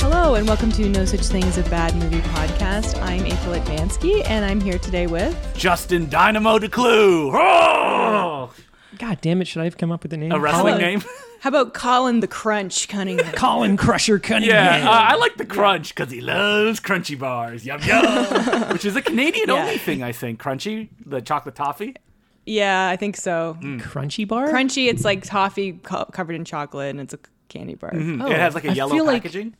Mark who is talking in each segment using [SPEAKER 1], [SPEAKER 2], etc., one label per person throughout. [SPEAKER 1] Hello, and welcome to No Such Thing as a Bad Movie podcast. I'm April Advansky, and I'm here today with.
[SPEAKER 2] Justin Dynamo DeClue. Oh!
[SPEAKER 3] God damn it! Should I have come up with a name?
[SPEAKER 2] A wrestling
[SPEAKER 1] Hello.
[SPEAKER 2] name?
[SPEAKER 1] How about Colin the Crunch Cunningham?
[SPEAKER 3] Colin Crusher Cunningham.
[SPEAKER 2] Yeah, uh, I like the crunch because he loves crunchy bars. Yum yum. Which is a Canadian only thing, I think. Crunchy, the chocolate toffee.
[SPEAKER 1] yeah, I think so.
[SPEAKER 3] Crunchy bar.
[SPEAKER 1] Crunchy, it's like toffee co- covered in chocolate, and it's a candy bar.
[SPEAKER 3] Oh,
[SPEAKER 2] it has like a
[SPEAKER 3] I
[SPEAKER 2] yellow
[SPEAKER 3] feel like-
[SPEAKER 2] packaging.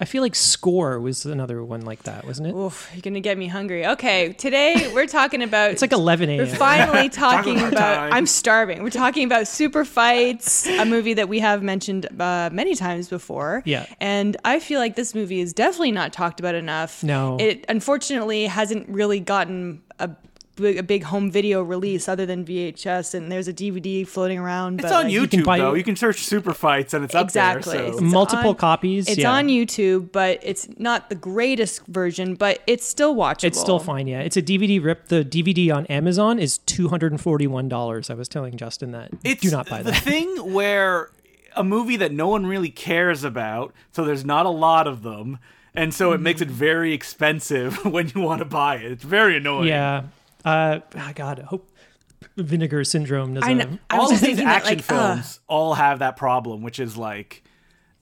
[SPEAKER 3] I feel like Score was another one like that, wasn't it?
[SPEAKER 1] Oof, you're gonna get me hungry. Okay, today we're talking about.
[SPEAKER 3] it's like 11
[SPEAKER 1] We're
[SPEAKER 3] a.m.
[SPEAKER 1] finally talking
[SPEAKER 2] about
[SPEAKER 1] about.
[SPEAKER 2] time.
[SPEAKER 1] I'm starving. We're talking about Super Fights, a movie that we have mentioned uh, many times before.
[SPEAKER 3] Yeah.
[SPEAKER 1] And I feel like this movie is definitely not talked about enough.
[SPEAKER 3] No.
[SPEAKER 1] It unfortunately hasn't really gotten a, a big home video release other than VHS, and there's a DVD floating around.
[SPEAKER 2] It's
[SPEAKER 1] but,
[SPEAKER 2] on
[SPEAKER 1] like,
[SPEAKER 2] YouTube,
[SPEAKER 3] can buy- Mm,
[SPEAKER 2] though. You can search super fights and it's up
[SPEAKER 1] Exactly.
[SPEAKER 2] there. So.
[SPEAKER 1] It's
[SPEAKER 3] Multiple
[SPEAKER 1] on-
[SPEAKER 3] copies.
[SPEAKER 1] It's
[SPEAKER 3] yeah.
[SPEAKER 1] on YouTube, but it's not the greatest version, but it's still watchable.
[SPEAKER 3] It's still fine. Yeah, it's a DVD rip. The DVD on Amazon is two hundred and forty-one dollars. I was telling Justin that.
[SPEAKER 2] It's
[SPEAKER 3] Do not buy
[SPEAKER 2] the
[SPEAKER 3] that.
[SPEAKER 2] thing where a movie that no one really cares about, so there's not a lot of them, and so it
[SPEAKER 3] Mm.
[SPEAKER 2] makes it very expensive when you want to buy it. It's very annoying.
[SPEAKER 3] Yeah. Uh, ah, God, I hope Vinegar Syndrome doesn't.
[SPEAKER 1] I, kn- I was
[SPEAKER 2] all of
[SPEAKER 1] just
[SPEAKER 2] these
[SPEAKER 1] thinking that,
[SPEAKER 2] action
[SPEAKER 1] like, ugh.
[SPEAKER 2] films all have that problem, which is like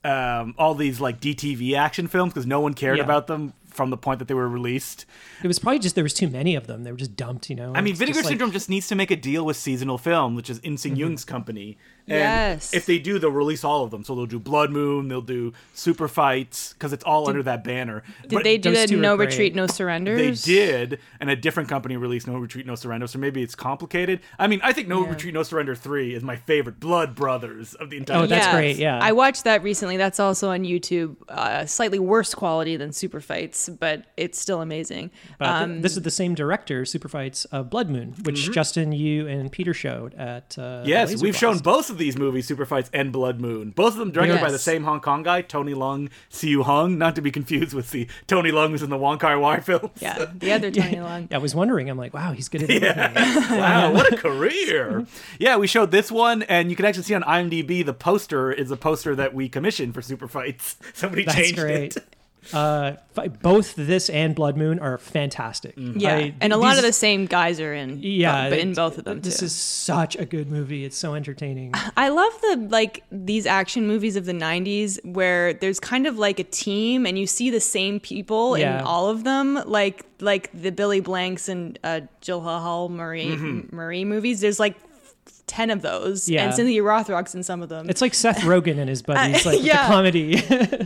[SPEAKER 2] um, all these like DTV action films because no one cared
[SPEAKER 3] Yeah.
[SPEAKER 2] about them from the point that they were released.
[SPEAKER 3] It was probably just there was too many of them. They were just dumped. You know.
[SPEAKER 2] I mean,
[SPEAKER 3] It's
[SPEAKER 2] Vinegar
[SPEAKER 3] just like-
[SPEAKER 2] Syndrome just Mm-hmm. needs to make a deal with seasonal film, which is Insing Jung's company. And
[SPEAKER 1] Yes.
[SPEAKER 2] if they do, they'll release all of them. So they'll do Blood Moon, they'll do Super Fights because it's all under that banner.
[SPEAKER 1] Did they do
[SPEAKER 3] those
[SPEAKER 1] the
[SPEAKER 3] two are
[SPEAKER 1] no
[SPEAKER 3] great.
[SPEAKER 1] retreat, no surrenders?
[SPEAKER 2] They did, and a different company released No Retreat, No Surrender. So maybe it's complicated. I mean, I think No
[SPEAKER 1] Yeah.
[SPEAKER 2] Retreat, No Surrender three is my favorite Blood Brothers of the entire.
[SPEAKER 3] Oh, that's
[SPEAKER 1] Yes.
[SPEAKER 3] great, yeah.
[SPEAKER 1] I watched that recently. That's also on YouTube. Uh, slightly worse quality than Super Fights, but it's still amazing. Um,
[SPEAKER 3] But I think this is the same director, Super Fights of Blood Moon, which Justin, you, and Peter showed at. Uh, the
[SPEAKER 2] Mm-hmm. Yes,
[SPEAKER 3] Laser
[SPEAKER 2] we've shown
[SPEAKER 3] Blast.
[SPEAKER 2] both of these movies, Super Fights and Blood Moon. Both of them directed by the
[SPEAKER 1] Yes.
[SPEAKER 2] same Hong Kong guy, Tony Leung, Siu Hung. Not to be confused with the Tony Leung who's in the Wong Kar Wai films.
[SPEAKER 1] yeah, the other Tony Long.
[SPEAKER 3] I was wondering. I'm like, wow, he's good at everything.
[SPEAKER 2] Wow, what a career! Yeah, we showed this one, and you can actually see on IMDb the poster is a poster that we commissioned for Super Fights. Somebody
[SPEAKER 3] That's
[SPEAKER 2] changed
[SPEAKER 3] great.
[SPEAKER 2] it.
[SPEAKER 3] Uh, fi- both this and Blood Moon are fantastic.
[SPEAKER 2] Mm-hmm.
[SPEAKER 1] Yeah,
[SPEAKER 3] I-
[SPEAKER 1] and a lot
[SPEAKER 3] these-
[SPEAKER 1] of the same guys are in.
[SPEAKER 3] Yeah,
[SPEAKER 1] but in
[SPEAKER 3] it-
[SPEAKER 1] both of them
[SPEAKER 3] This
[SPEAKER 1] too.
[SPEAKER 3] is such a good movie. It's so entertaining.
[SPEAKER 1] I love the like these action movies of the 90s where there's kind of like a team and you see the same people
[SPEAKER 3] Yeah.
[SPEAKER 1] in all of them like like the Billy Blanks and uh Jill Hall Murray Murray movies there's like 10 of those
[SPEAKER 3] Mm-hmm. Yeah.
[SPEAKER 1] and Cynthia Rothrock's in some of them
[SPEAKER 3] It's like Seth Rogen and his buddies, like with
[SPEAKER 1] Uh, yeah.
[SPEAKER 3] the comedy.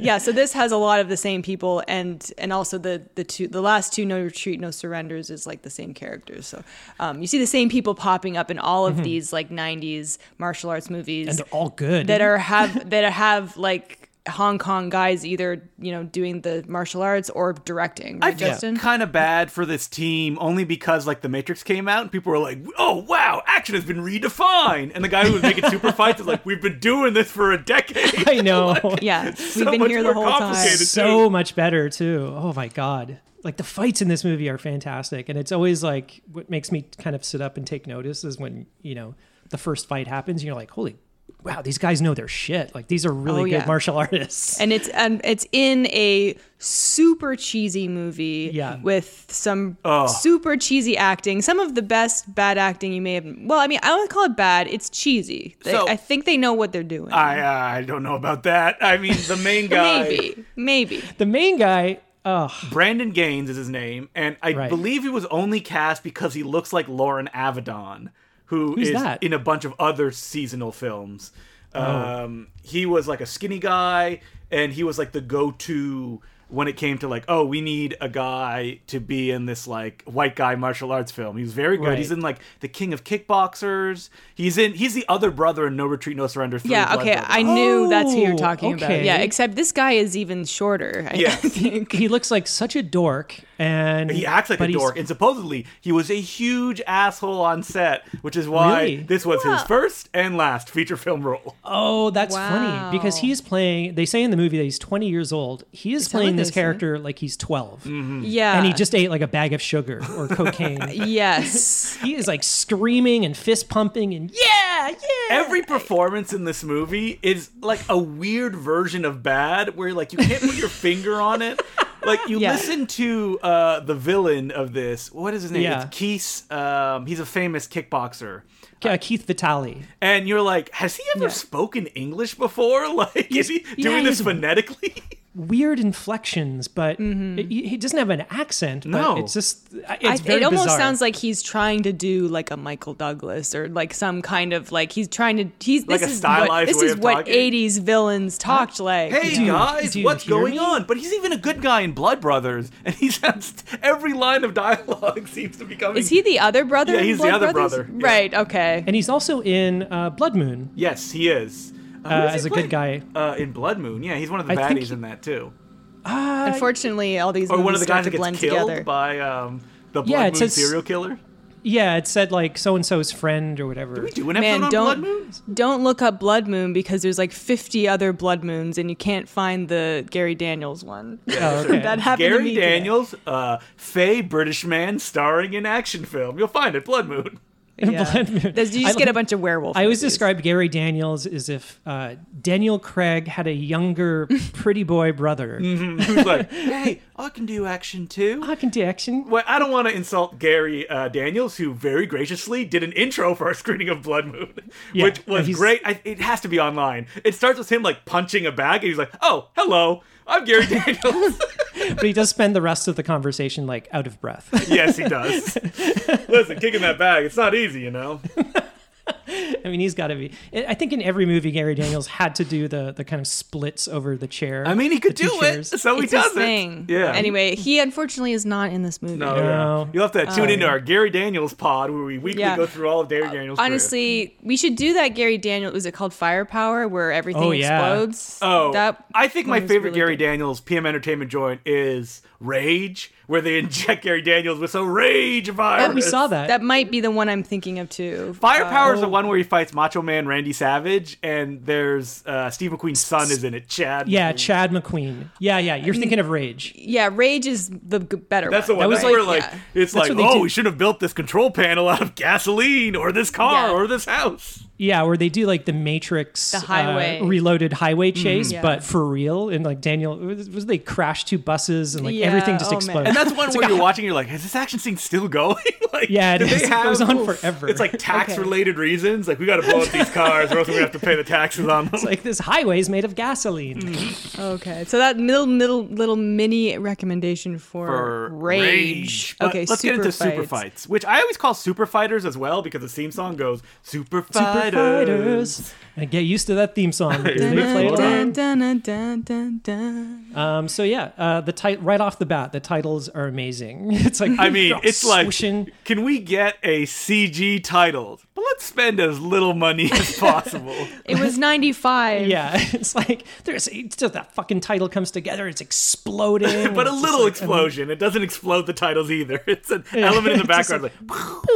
[SPEAKER 1] yeah so this has a lot of the same people and and also the the two the last two no retreat no surrenders is like the same characters so um, you see the same people popping up in all
[SPEAKER 2] Mm-hmm.
[SPEAKER 1] of these like 90s martial arts movies
[SPEAKER 3] and they're all good.
[SPEAKER 1] that are have that have like Hong Kong guys either you know doing the martial arts or directing. Right,
[SPEAKER 2] I feel
[SPEAKER 1] Justin.
[SPEAKER 2] kind of bad for this team only because like the Matrix came out and people were like, "Oh wow, action has been redefined," and the guy who was making super fights is like, "We've been doing this for a decade."
[SPEAKER 3] I know.
[SPEAKER 1] Yeah, we've
[SPEAKER 2] So
[SPEAKER 1] been
[SPEAKER 2] much
[SPEAKER 1] here the whole
[SPEAKER 2] more
[SPEAKER 1] time.
[SPEAKER 2] complicated. It's
[SPEAKER 3] so
[SPEAKER 2] too.
[SPEAKER 3] much better too. Oh my god. Like the fights in this movie are fantastic and it's always like what makes me kind of sit up and take notice is when, you know, the first fight happens and you're like, "Holy wow, these guys know their shit. Like these are really
[SPEAKER 1] Oh,
[SPEAKER 3] good
[SPEAKER 1] yeah.
[SPEAKER 3] martial artists."
[SPEAKER 1] And it's and it's in a super cheesy movie
[SPEAKER 3] Yeah.
[SPEAKER 1] with some
[SPEAKER 2] Oh.
[SPEAKER 1] super cheesy acting. Some of the best bad acting you may have. Well, I mean, I don't call it bad. It's cheesy. They-
[SPEAKER 2] So-
[SPEAKER 1] I think they know what they're doing.
[SPEAKER 2] I uh, I don't know about that. I mean, the main guy,
[SPEAKER 1] maybe, maybe.
[SPEAKER 3] the main guy, oh,
[SPEAKER 2] Brandon Gaines is his name, and I
[SPEAKER 3] Right.
[SPEAKER 2] believe he was only cast because he looks like Lauren Avedon, who
[SPEAKER 3] Who's
[SPEAKER 2] is
[SPEAKER 3] that? Oh.
[SPEAKER 2] in a bunch of other seasonal films. Um, he was like a skinny guy, and he was like the go-to when it came to like, oh, we need a guy to be in this like white guy martial arts film. He was very good.
[SPEAKER 3] Right.
[SPEAKER 2] He's in like the King of Kickboxers. He's in. He's the other brother in No Retreat, No Surrender. 3,
[SPEAKER 1] Yeah,
[SPEAKER 2] Blood
[SPEAKER 1] okay.
[SPEAKER 2] Brother.
[SPEAKER 1] I knew that's who you're
[SPEAKER 3] Oh,
[SPEAKER 1] talking about.
[SPEAKER 3] okay.
[SPEAKER 1] Yeah, except this guy is even shorter. I
[SPEAKER 2] Yeah.
[SPEAKER 1] think.
[SPEAKER 3] he looks like such a dork and
[SPEAKER 2] He acts like
[SPEAKER 3] but
[SPEAKER 2] a
[SPEAKER 3] he's-
[SPEAKER 2] dork, and supposedly he was a huge asshole on set, which is why
[SPEAKER 3] Really?
[SPEAKER 2] this was his
[SPEAKER 1] Well-
[SPEAKER 2] first and last feature film role.
[SPEAKER 3] Oh, that's
[SPEAKER 1] Wow.
[SPEAKER 3] funny because he's playing. They say in the movie that he's 20 years old. He is
[SPEAKER 1] that what
[SPEAKER 3] playing
[SPEAKER 1] they
[SPEAKER 3] this
[SPEAKER 1] say?
[SPEAKER 3] character like he's 12,
[SPEAKER 2] Mm-hmm. Mm.
[SPEAKER 1] Yeah.
[SPEAKER 3] and he just ate like a bag of sugar or cocaine.
[SPEAKER 1] Yes.
[SPEAKER 3] he is like screaming and fist pumping and yeah, yeah.
[SPEAKER 2] Every performance in this movie is like a weird version of bad, where like you can't put your finger on it. Like you
[SPEAKER 1] Yeah.
[SPEAKER 2] listen to uh, the villain of this. What is his name?
[SPEAKER 3] Yeah.
[SPEAKER 2] It's Keese. Um, he's a famous kickboxer,
[SPEAKER 3] Uh, Keith Vitale.
[SPEAKER 2] and you're like, has he ever
[SPEAKER 1] Yeah.
[SPEAKER 2] spoken English before? Like, is he doing this
[SPEAKER 3] he's-
[SPEAKER 2] phonetically?
[SPEAKER 3] Weird inflections, but it- he he doesn't have an accent.
[SPEAKER 2] Mm-hmm. No.
[SPEAKER 3] but it's just uh, it's
[SPEAKER 1] I,
[SPEAKER 3] very
[SPEAKER 1] it almost
[SPEAKER 3] bizarre.
[SPEAKER 1] sounds like he's trying to do like a Michael Douglas or like some kind of like he's trying to he's
[SPEAKER 2] Like
[SPEAKER 1] this
[SPEAKER 2] a
[SPEAKER 1] is
[SPEAKER 2] stylized
[SPEAKER 1] what, this
[SPEAKER 2] way
[SPEAKER 1] is
[SPEAKER 2] of
[SPEAKER 1] what
[SPEAKER 2] talking?
[SPEAKER 1] 80s villains talked like.
[SPEAKER 2] Hey
[SPEAKER 3] Do you-
[SPEAKER 2] guys,
[SPEAKER 3] do you
[SPEAKER 2] what's
[SPEAKER 3] hear
[SPEAKER 2] going
[SPEAKER 3] me?
[SPEAKER 2] on? But he's even a good guy in Blood Brothers, and he sounds every line of dialogue seems to be coming.
[SPEAKER 1] Is he the other brother?
[SPEAKER 2] Yeah,
[SPEAKER 1] in
[SPEAKER 2] he's the
[SPEAKER 1] Blood
[SPEAKER 2] other
[SPEAKER 1] Brothers?
[SPEAKER 2] brother, yeah.
[SPEAKER 1] Right. Okay.
[SPEAKER 3] and he's also in uh, Blood Moon
[SPEAKER 2] Yes, he is. Uh,
[SPEAKER 3] uh,
[SPEAKER 2] who does he
[SPEAKER 3] as a
[SPEAKER 2] play?
[SPEAKER 3] good guy.
[SPEAKER 2] uh, in Blood Moon. Yeah, he's one of the
[SPEAKER 3] I think
[SPEAKER 2] baddies
[SPEAKER 3] he-
[SPEAKER 2] in that too, Uh,
[SPEAKER 1] Unfortunately, all these
[SPEAKER 2] or one
[SPEAKER 1] movies
[SPEAKER 2] of the
[SPEAKER 1] start
[SPEAKER 2] guys that
[SPEAKER 1] to blend
[SPEAKER 2] gets killed
[SPEAKER 1] together.
[SPEAKER 2] by um, the Blood
[SPEAKER 3] Yeah, it
[SPEAKER 2] Moon
[SPEAKER 3] says-
[SPEAKER 2] serial killer.
[SPEAKER 3] Yeah, it said like so and so's friend or whatever.
[SPEAKER 2] We do an episode
[SPEAKER 1] Man,
[SPEAKER 2] on Blood
[SPEAKER 1] don't
[SPEAKER 2] Moon.
[SPEAKER 1] don't look up Blood Moon because there's like 50 other Blood Moons and you can't find the Gary Daniels one.
[SPEAKER 3] Oh, okay.
[SPEAKER 1] that happened to
[SPEAKER 2] Gary
[SPEAKER 1] me today.
[SPEAKER 2] Daniels, uh, Fey British man starring in action film. You'll find it. Blood Moon.
[SPEAKER 1] Yeah.
[SPEAKER 3] Blood Moon.
[SPEAKER 1] Does- You
[SPEAKER 3] I
[SPEAKER 1] just get a
[SPEAKER 3] like-
[SPEAKER 1] bunch of werewolf.
[SPEAKER 3] I always
[SPEAKER 1] movies.
[SPEAKER 3] describe Gary Daniels as if uh, Daniel Craig had a younger, pretty boy brother.
[SPEAKER 2] Who's like, hey, I can do action too.
[SPEAKER 3] I can do action.
[SPEAKER 2] Well, I don't want to insult Gary uh, Daniels, who very graciously did an intro for our screening of Blood Moon,
[SPEAKER 3] Yeah,
[SPEAKER 2] which was
[SPEAKER 3] he's-
[SPEAKER 2] great. I, it has to be online. It starts with him like punching a bag, and he's like, "Oh, hello, I'm Gary Daniels."
[SPEAKER 3] But he does spend the rest of the conversation like out of breath.
[SPEAKER 2] yes, he does. Listen, kicking that bag, it's not easy, you know.
[SPEAKER 3] I mean, he's got to be. I I think in every movie, Gary Daniels had to do the the kind of splits over the chair.
[SPEAKER 2] I mean, he could
[SPEAKER 3] the two
[SPEAKER 2] do it,
[SPEAKER 3] chairs.
[SPEAKER 2] so Oh, he
[SPEAKER 1] it's his
[SPEAKER 2] does
[SPEAKER 1] thing.
[SPEAKER 2] it. Yeah.
[SPEAKER 1] Anyway, he unfortunately is not in this movie.
[SPEAKER 2] No,
[SPEAKER 3] No.
[SPEAKER 2] yeah. You'll have to tune into our Gary Daniels pod where we weekly
[SPEAKER 1] Yeah.
[SPEAKER 2] go through all of Gary Daniels. career.
[SPEAKER 1] Honestly, we should do that Gary Daniel. Was it called Firepower, where everything
[SPEAKER 3] Oh, yeah.
[SPEAKER 1] explodes?
[SPEAKER 2] Oh,
[SPEAKER 1] that
[SPEAKER 2] I think my
[SPEAKER 1] one was
[SPEAKER 2] favorite
[SPEAKER 1] really
[SPEAKER 2] Gary
[SPEAKER 1] good.
[SPEAKER 2] Daniels PM Entertainment joint is Rage, where they inject Gary Daniels with some rage virus.
[SPEAKER 3] Oh, we saw that. Oh.
[SPEAKER 1] That might be the one I'm thinking of too.
[SPEAKER 2] Firepower is the one where he fights Macho Man Randy Savage, and there's uh, Steve McQueen's son is in it, Chad.
[SPEAKER 3] yeah,
[SPEAKER 2] McQueen.
[SPEAKER 3] Chad McQueen. Yeah, yeah. You're thinking of Rage.
[SPEAKER 1] Yeah, Rage is the g- better.
[SPEAKER 2] That's the one.
[SPEAKER 3] was
[SPEAKER 2] That's
[SPEAKER 3] like-
[SPEAKER 2] where like
[SPEAKER 1] yeah.
[SPEAKER 2] it's like,
[SPEAKER 3] That's what they
[SPEAKER 2] oh,
[SPEAKER 3] do.
[SPEAKER 2] we should have built this control panel out of gasoline, or this car,
[SPEAKER 1] Yeah.
[SPEAKER 2] or this house.
[SPEAKER 3] Yeah, where they do like the Matrix
[SPEAKER 1] The highway.
[SPEAKER 3] uh, reloaded highway
[SPEAKER 2] Mm-hmm.
[SPEAKER 3] chase,
[SPEAKER 1] Yeah.
[SPEAKER 3] but for real. And like Daniel, was, was they crash two buses and like everything
[SPEAKER 1] Yeah,
[SPEAKER 3] just
[SPEAKER 1] oh, man.
[SPEAKER 3] explodes.
[SPEAKER 2] And that's one where you're watching, you're like, is this action scene still going? like,
[SPEAKER 3] Yeah, it
[SPEAKER 2] do they
[SPEAKER 3] is. It goes
[SPEAKER 2] have-
[SPEAKER 3] on forever.
[SPEAKER 2] It's like tax related reasons. Like, we got to blow up these cars, or else we have to pay the taxes on them.
[SPEAKER 3] It's like this highway's made of gasoline.
[SPEAKER 2] Mm-hmm.
[SPEAKER 1] Okay, so that middle, middle, little mini recommendation for, Rage.
[SPEAKER 2] But
[SPEAKER 1] Okay,
[SPEAKER 2] let's
[SPEAKER 1] super
[SPEAKER 2] get into
[SPEAKER 1] fights.
[SPEAKER 2] super fights, which I always call super fighters as well because the theme song goes super
[SPEAKER 3] Super
[SPEAKER 2] fighters.
[SPEAKER 3] fighters. And get used to that theme song because they
[SPEAKER 2] Dun,
[SPEAKER 3] play it a lot.
[SPEAKER 1] Dun, dun, dun, dun, dun, dun.
[SPEAKER 3] Um, so yeah, uh, the tit- right off the bat, the titles are amazing. It's like
[SPEAKER 2] I mean, it's like,
[SPEAKER 3] swooshing.
[SPEAKER 2] can we get a CG title? But let's spend as little money as possible.
[SPEAKER 1] It was 95.
[SPEAKER 3] yeah, it's like there's it's just that fucking title comes together. It's exploding,
[SPEAKER 2] but a
[SPEAKER 3] It's just
[SPEAKER 2] little
[SPEAKER 3] like,
[SPEAKER 2] explosion. It doesn't explode the titles either. It's an element in the
[SPEAKER 3] Just
[SPEAKER 2] background. Like,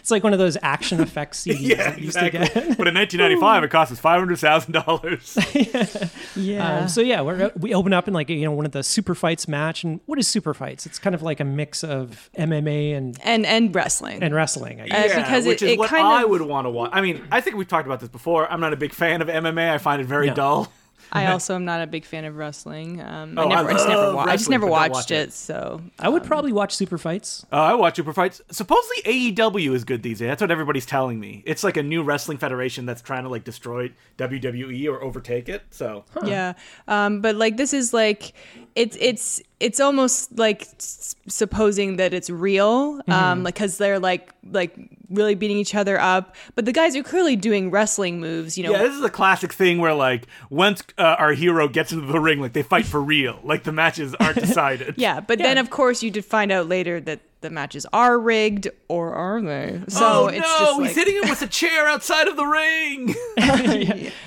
[SPEAKER 3] It's like one of those action effects CDs.
[SPEAKER 2] yeah,
[SPEAKER 3] that we used to
[SPEAKER 2] exactly.
[SPEAKER 3] get.
[SPEAKER 2] But in 1995, it cost us $500,000.
[SPEAKER 1] yeah.
[SPEAKER 3] Um, so yeah, we're, we open up in like you know one of the super fights match, and what is super fights? It's kind of like a mix of MMA and
[SPEAKER 1] and and wrestling.
[SPEAKER 3] and wrestling. I guess.
[SPEAKER 1] Uh, because
[SPEAKER 2] which
[SPEAKER 1] it-
[SPEAKER 2] is
[SPEAKER 1] it
[SPEAKER 2] what
[SPEAKER 1] kind
[SPEAKER 2] I
[SPEAKER 1] of-
[SPEAKER 2] would want to watch. I mean, I think we've talked about this before. I'm not a big fan of MMA. I find it very
[SPEAKER 3] No.
[SPEAKER 2] dull.
[SPEAKER 1] I also am not a big fan of wrestling. Um,
[SPEAKER 2] Oh,
[SPEAKER 1] I, never,
[SPEAKER 2] I
[SPEAKER 1] I just never,
[SPEAKER 2] love
[SPEAKER 1] wa- I just
[SPEAKER 2] wrestling,
[SPEAKER 1] never
[SPEAKER 2] but don't
[SPEAKER 1] watched
[SPEAKER 2] watch
[SPEAKER 1] it.
[SPEAKER 2] it.
[SPEAKER 1] So
[SPEAKER 3] I would probably watch super fights.
[SPEAKER 2] Uh, I watch Super Fights. Supposedly AEW is good these days. That's what everybody's telling me. It's like a new wrestling federation that's trying to like destroy WWE or overtake it. So
[SPEAKER 1] yeah, um, but like this is like it's it's it's almost like s- supposing that it's real,
[SPEAKER 2] Mm-hmm.
[SPEAKER 1] um, because they're like like really beating each other up. But the guys are clearly doing wrestling moves. You know,
[SPEAKER 2] yeah, this is a classic thing where like once uh, our hero gets into the ring, like they fight for real. Like the matches aren't decided.
[SPEAKER 1] Yeah, but then
[SPEAKER 3] Yeah.
[SPEAKER 1] of course you did find out later that the matches are rigged or are they? So
[SPEAKER 2] oh
[SPEAKER 1] it's
[SPEAKER 2] no,
[SPEAKER 1] just
[SPEAKER 2] he's
[SPEAKER 1] like,
[SPEAKER 2] hitting him with a chair outside of the ring.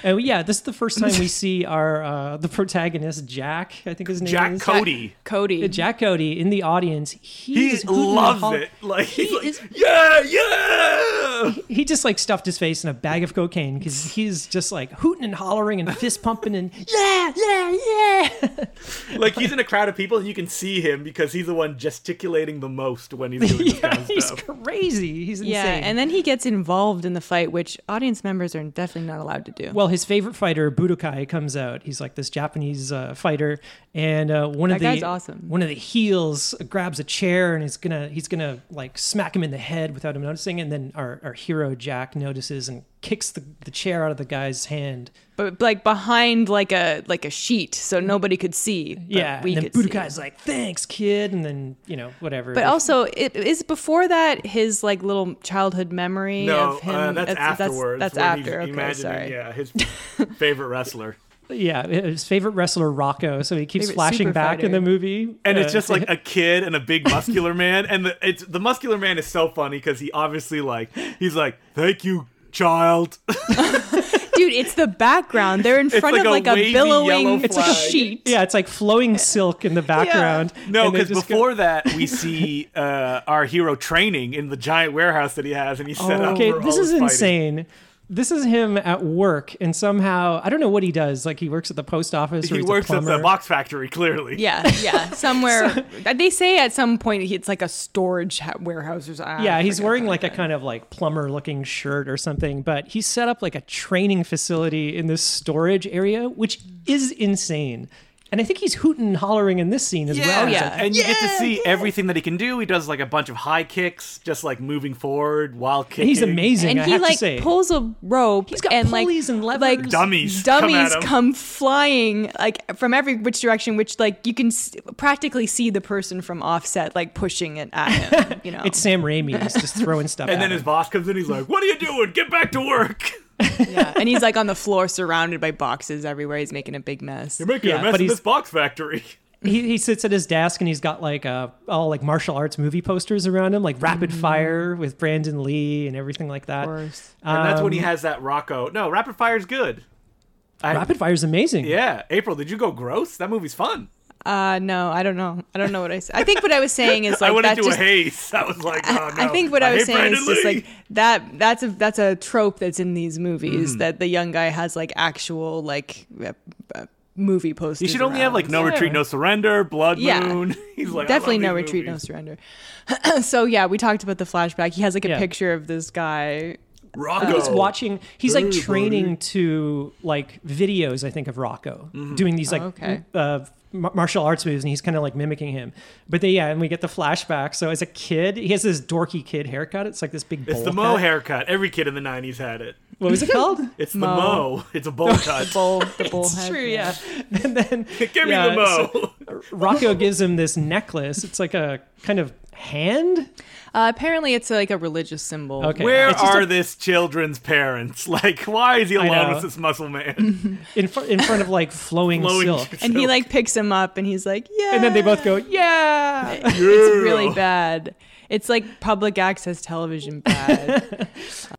[SPEAKER 3] And we- yeah, this is the first time we see our uh, the protagonist Jack. I think his name
[SPEAKER 2] Jack
[SPEAKER 3] is
[SPEAKER 2] Cody.
[SPEAKER 1] Cody.
[SPEAKER 3] Yeah, Jack Cody in the audience. He,
[SPEAKER 2] He
[SPEAKER 3] is hooting and
[SPEAKER 2] loves
[SPEAKER 3] holl-
[SPEAKER 2] it. Like he's like,
[SPEAKER 3] is-
[SPEAKER 2] yeah, yeah.
[SPEAKER 3] He just like stuffed his face in a bag of cocaine because he's just like hooting and hollering and fist pumping and yeah, yeah, yeah.
[SPEAKER 2] Like he's in a crowd of people and you can see him because he's the one gesticulating the most when he's doing this
[SPEAKER 3] yeah
[SPEAKER 2] kind of
[SPEAKER 3] he's
[SPEAKER 2] stuff.
[SPEAKER 3] crazy. He's insane.
[SPEAKER 1] yeah, and then he gets involved in the fight, which audience members are definitely not allowed to do.
[SPEAKER 3] well, his favorite fighter Budokai comes out. He's like this Japanese uh, fighter, and uh, one of
[SPEAKER 1] That
[SPEAKER 3] the
[SPEAKER 1] guy's awesome.
[SPEAKER 3] one of the heels grabs a chair and he's gonna he's gonna like smack him in the head without him noticing, and then our, our hero Jack notices and kicks the, the chair out of the guy's hand.
[SPEAKER 1] but like behind like a like a sheet, so nobody could see. but
[SPEAKER 3] yeah,
[SPEAKER 1] we
[SPEAKER 3] and then
[SPEAKER 1] could see.
[SPEAKER 3] Budokai's like, "Thanks, kid," and then you know whatever.
[SPEAKER 1] But also, it is before that his like little childhood memory
[SPEAKER 2] No,
[SPEAKER 1] of him.
[SPEAKER 2] uh, that's afterwards.
[SPEAKER 1] That's,
[SPEAKER 2] when he's
[SPEAKER 1] after. Okay,
[SPEAKER 2] imagining,
[SPEAKER 1] sorry.
[SPEAKER 2] Yeah, his favorite wrestler.
[SPEAKER 3] yeah, his favorite wrestler Rocco, so he keeps
[SPEAKER 1] Favorite
[SPEAKER 3] flashing
[SPEAKER 1] super
[SPEAKER 3] back in
[SPEAKER 1] fighter.
[SPEAKER 3] the movie,
[SPEAKER 2] And it's
[SPEAKER 3] uh,
[SPEAKER 2] just
[SPEAKER 3] to
[SPEAKER 2] like a kid and a big muscular man, and the it's the muscular man is so funny because he obviously like he's like, "Thank you, child."
[SPEAKER 1] Dude, it's the background. They're in front
[SPEAKER 2] like
[SPEAKER 1] of
[SPEAKER 2] a
[SPEAKER 1] like a,
[SPEAKER 2] wavy yellow
[SPEAKER 1] billowing
[SPEAKER 2] It's like a flag.
[SPEAKER 1] sheet.
[SPEAKER 3] Yeah, it's like flowing silk in the background.
[SPEAKER 2] No,
[SPEAKER 3] and they
[SPEAKER 2] because
[SPEAKER 3] just go-
[SPEAKER 2] before that we see uh, our hero training in the giant warehouse that he has, and he's set up.
[SPEAKER 3] okay,
[SPEAKER 2] for all
[SPEAKER 3] this
[SPEAKER 2] his
[SPEAKER 3] is
[SPEAKER 2] fighting.
[SPEAKER 3] insane. This is him at work, and somehow I don't know what he does. Like he works at the post office. or
[SPEAKER 2] He
[SPEAKER 3] he's
[SPEAKER 2] works
[SPEAKER 3] a
[SPEAKER 2] at
[SPEAKER 3] plumber.
[SPEAKER 2] the box factory, clearly.
[SPEAKER 1] Yeah, yeah. Somewhere they say at some point he- it's like a storage ha- warehouse or something.
[SPEAKER 3] Yeah, he's wearing like a kind of like plumber looking shirt or something, but he set up like a training facility in this storage area, which is insane. And I think he's hooting and hollering in this scene as well.
[SPEAKER 1] Oh,
[SPEAKER 3] He's
[SPEAKER 1] yeah.
[SPEAKER 3] like,
[SPEAKER 2] And you get to see everything that he can do. He does like a bunch of high kicks, just like moving forward while kicking.
[SPEAKER 3] He's amazing.
[SPEAKER 1] and
[SPEAKER 3] I
[SPEAKER 1] he
[SPEAKER 3] have to
[SPEAKER 1] like
[SPEAKER 3] say.
[SPEAKER 1] pulls a rope.
[SPEAKER 3] He's got
[SPEAKER 1] and
[SPEAKER 3] pulleys
[SPEAKER 1] like,
[SPEAKER 3] and levers.
[SPEAKER 1] Like
[SPEAKER 2] Dummies come
[SPEAKER 1] dummies
[SPEAKER 2] at him.
[SPEAKER 1] come, flying like from every which direction, which like you can s- practically see the person from offset like pushing it at him. You know,
[SPEAKER 3] it's Sam Raimi. He's just throwing stuff.
[SPEAKER 2] And
[SPEAKER 3] at
[SPEAKER 2] then his
[SPEAKER 3] him.
[SPEAKER 2] boss comes in. He's like, "What are you doing? Get back to work."
[SPEAKER 1] yeah. And he's like on the floor, surrounded by boxes everywhere. He's making a big mess.
[SPEAKER 2] You're making
[SPEAKER 3] Yeah,
[SPEAKER 2] a mess
[SPEAKER 3] but
[SPEAKER 2] in
[SPEAKER 3] he's-
[SPEAKER 2] this box factory.
[SPEAKER 3] he, he sits at his desk and he's got like uh, all like martial arts movie posters around him, like
[SPEAKER 2] Mm-hmm.
[SPEAKER 3] Rapid Fire with Brandon Lee and everything like that.
[SPEAKER 1] course.
[SPEAKER 2] And that's when he has that Rocco. No, Rapid Fire's good. I-
[SPEAKER 3] Rapid Fire's amazing.
[SPEAKER 2] Yeah, April, did you go gross? That movie's fun.
[SPEAKER 1] Uh, no, I don't know. I don't know what I said. I think what I was saying is
[SPEAKER 2] I
[SPEAKER 1] like
[SPEAKER 2] went
[SPEAKER 1] that
[SPEAKER 2] into
[SPEAKER 1] just
[SPEAKER 2] a haze. I was like, oh, no.
[SPEAKER 1] I think what I, was
[SPEAKER 2] hate
[SPEAKER 1] saying is
[SPEAKER 2] Brandon
[SPEAKER 1] just
[SPEAKER 2] Lee.
[SPEAKER 1] like that. That's a that's a trope that's in these
[SPEAKER 2] Mm-hmm.
[SPEAKER 1] movies that the young guy has like actual like uh, uh, movie posters.
[SPEAKER 2] you should only have
[SPEAKER 1] around.
[SPEAKER 2] like no
[SPEAKER 3] Yeah.
[SPEAKER 2] retreat, no surrender, blood
[SPEAKER 1] Yeah.
[SPEAKER 2] moon. He's like I
[SPEAKER 1] definitely
[SPEAKER 2] love
[SPEAKER 1] no
[SPEAKER 2] these
[SPEAKER 1] retreat,
[SPEAKER 2] movies.
[SPEAKER 1] no surrender. so yeah, we talked about the flashback. He has like a
[SPEAKER 3] Yeah.
[SPEAKER 1] picture of this guy.
[SPEAKER 2] Rocco.
[SPEAKER 3] He's watching. He's like
[SPEAKER 2] Hey,
[SPEAKER 3] training to like videos. I think of Rocco
[SPEAKER 2] Mm-hmm.
[SPEAKER 3] doing these
[SPEAKER 2] Oh,
[SPEAKER 3] like
[SPEAKER 1] okay.
[SPEAKER 3] uh, mar- martial arts moves, and he's kind of like mimicking him. But then yeah, and we get the flashback. So as a kid, he has this dorky kid haircut. It's like this big.
[SPEAKER 2] It's
[SPEAKER 3] bowl
[SPEAKER 2] the
[SPEAKER 3] cut.
[SPEAKER 2] Mo haircut. Every kid in the '90s had it.
[SPEAKER 3] What was it called?
[SPEAKER 2] It's the
[SPEAKER 1] Mo.
[SPEAKER 2] Mo. It's a bowl cut.
[SPEAKER 1] Bull, the bull
[SPEAKER 3] It's
[SPEAKER 1] head.
[SPEAKER 3] true. Yeah. And then
[SPEAKER 2] Give me
[SPEAKER 3] yeah,
[SPEAKER 2] the Mo.
[SPEAKER 3] so Rocco gives him this necklace. It's like a kind of hand.
[SPEAKER 1] Uh, apparently, it's like a religious symbol.
[SPEAKER 3] Okay.
[SPEAKER 2] Where
[SPEAKER 3] It's just
[SPEAKER 2] are
[SPEAKER 3] a-
[SPEAKER 2] this children's parents? Like, why is he
[SPEAKER 3] I
[SPEAKER 2] alone
[SPEAKER 3] know.
[SPEAKER 2] with this muscle man?
[SPEAKER 3] in, fr- in front of like flowing,
[SPEAKER 2] Blowing
[SPEAKER 3] silk.
[SPEAKER 1] And he
[SPEAKER 2] silk.
[SPEAKER 1] like picks him up, and he's like, "Yeah."
[SPEAKER 3] And then they both go, yeah.
[SPEAKER 1] It's really
[SPEAKER 2] Yeah.
[SPEAKER 1] bad. It's like public access television bad.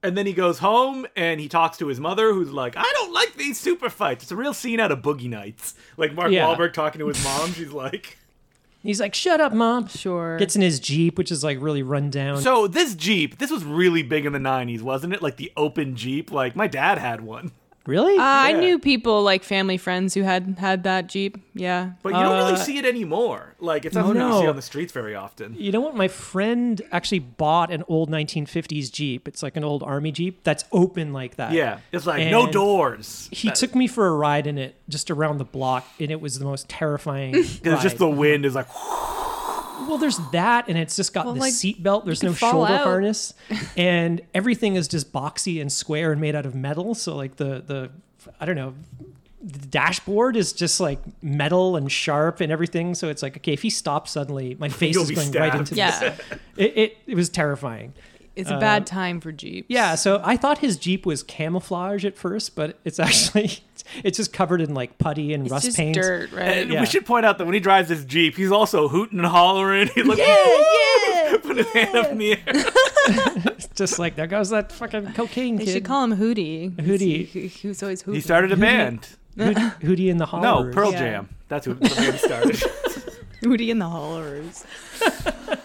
[SPEAKER 2] And then he goes home and he talks to his mother, who's like, I don't like these super fights. It's a real scene out of Boogie Nights. Like Mark
[SPEAKER 3] Yeah.
[SPEAKER 2] Wahlberg talking to his mom. She's like,
[SPEAKER 3] He's like, shut up, mom.
[SPEAKER 1] sure.
[SPEAKER 3] Gets in his Jeep, which is like really run down.
[SPEAKER 2] So this Jeep, this was really big in the 90s, wasn't it? Like the open Jeep. Like my dad had one.
[SPEAKER 3] really?
[SPEAKER 1] Uh, I
[SPEAKER 2] Yeah.
[SPEAKER 1] knew people like family friends who had had that Jeep. Yeah.
[SPEAKER 2] But you don't
[SPEAKER 3] Uh,
[SPEAKER 2] really see it anymore. Like it's not something you
[SPEAKER 3] no.
[SPEAKER 2] see on the streets very often.
[SPEAKER 3] you know what? My friend actually bought an old 1950s Jeep. It's like an old army Jeep that's open like that.
[SPEAKER 2] Yeah. It's like no
[SPEAKER 3] And
[SPEAKER 2] doors.
[SPEAKER 3] He took me for a ride in it just around the block, and it was the most terrifying. ride.
[SPEAKER 2] It's just the wind is like
[SPEAKER 3] Well, there's that, and it's just got
[SPEAKER 1] Well,
[SPEAKER 3] the
[SPEAKER 1] like,
[SPEAKER 3] seatbelt. There's
[SPEAKER 1] you
[SPEAKER 3] no
[SPEAKER 1] could fall
[SPEAKER 3] shoulder
[SPEAKER 1] out.
[SPEAKER 3] harness, and everything is just boxy and square and made out of metal. So like the the I don't know, the dashboard is just like metal and sharp and everything. So it's like okay, if he stops suddenly, my face
[SPEAKER 2] You'll
[SPEAKER 3] is
[SPEAKER 2] be
[SPEAKER 3] going right
[SPEAKER 2] stabbed.
[SPEAKER 3] into this.
[SPEAKER 1] Yeah.
[SPEAKER 3] It, it it was terrifying.
[SPEAKER 1] It's
[SPEAKER 2] Uh-huh.
[SPEAKER 1] a bad time for Jeeps.
[SPEAKER 3] Yeah, so I thought his Jeep was camouflage at first, but it's actually it's just covered in like putty and
[SPEAKER 1] It's
[SPEAKER 3] rust
[SPEAKER 1] just
[SPEAKER 3] paint.
[SPEAKER 1] dirt, right?
[SPEAKER 2] And
[SPEAKER 3] Yeah.
[SPEAKER 2] we should point out that when he drives his Jeep, he's also hooting and hollering. He's like,
[SPEAKER 1] yeah.
[SPEAKER 2] Put his hand up in the air.
[SPEAKER 3] Just like there goes that fucking cocaine
[SPEAKER 1] They
[SPEAKER 3] kid.
[SPEAKER 1] should call him Hootie.
[SPEAKER 3] Hootie.
[SPEAKER 1] He, he was always Hootie.
[SPEAKER 2] He started a band.
[SPEAKER 3] Hood- Hootie in the hall.
[SPEAKER 2] No,
[SPEAKER 3] Room.
[SPEAKER 2] Pearl
[SPEAKER 1] Yeah.
[SPEAKER 2] Jam. That's who the band started.
[SPEAKER 1] Hootie and the Hollers.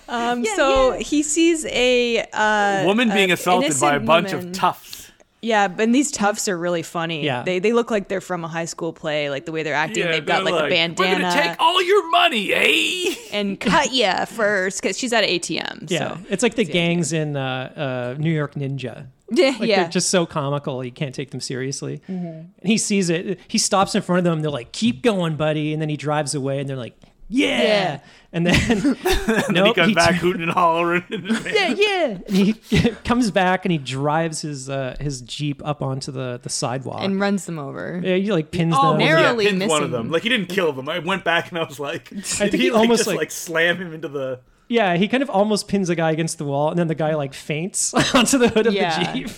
[SPEAKER 1] um, so he sees a uh,
[SPEAKER 2] Woman being
[SPEAKER 1] a
[SPEAKER 2] assaulted by a
[SPEAKER 1] innocent
[SPEAKER 2] bunch
[SPEAKER 1] woman.
[SPEAKER 2] of toughs.
[SPEAKER 1] Yeah, but- and these toughs are really funny.
[SPEAKER 3] Yeah.
[SPEAKER 1] they they look like they're from a high school play. Like the way they're acting, they've got
[SPEAKER 2] they're
[SPEAKER 1] like, a
[SPEAKER 2] We're
[SPEAKER 1] bandana
[SPEAKER 2] gonna take all your money, eh?
[SPEAKER 1] and cut ya first because she's at an ATM.
[SPEAKER 3] Yeah,
[SPEAKER 1] so.
[SPEAKER 3] it's like the gangs in uh, uh, New York Ninja.
[SPEAKER 1] yeah,
[SPEAKER 3] Like
[SPEAKER 1] yeah. Mm-hmm.
[SPEAKER 3] they're just so comical, you can't take them seriously. And he sees it. He stops in front of them. and They're like, "Keep going, buddy!" And then he drives away, and they're like, "Yeah!"
[SPEAKER 1] Yeah.
[SPEAKER 3] And then,
[SPEAKER 2] Then he
[SPEAKER 1] Oh,
[SPEAKER 3] nope,
[SPEAKER 2] comes
[SPEAKER 3] he
[SPEAKER 2] back
[SPEAKER 3] tur-
[SPEAKER 2] hooting and hollering.
[SPEAKER 3] yeah, yeah. And he comes back and he drives his uh, his jeep up onto the the sidewalk.
[SPEAKER 1] and runs them over.
[SPEAKER 3] yeah, he like pins
[SPEAKER 1] Oh,
[SPEAKER 3] them.
[SPEAKER 1] narrow- Barely
[SPEAKER 2] yeah, pinned one of
[SPEAKER 1] missing.
[SPEAKER 2] them. Like he didn't kill them. I went back and I was like, I
[SPEAKER 3] think
[SPEAKER 2] he
[SPEAKER 3] he
[SPEAKER 2] like,
[SPEAKER 3] almost,
[SPEAKER 2] just
[SPEAKER 3] like-
[SPEAKER 2] like slam him into the.
[SPEAKER 3] Yeah, he kind of almost pins the guy against the wall, and then the guy like faints onto the hood of
[SPEAKER 1] Yeah.
[SPEAKER 3] the jeep,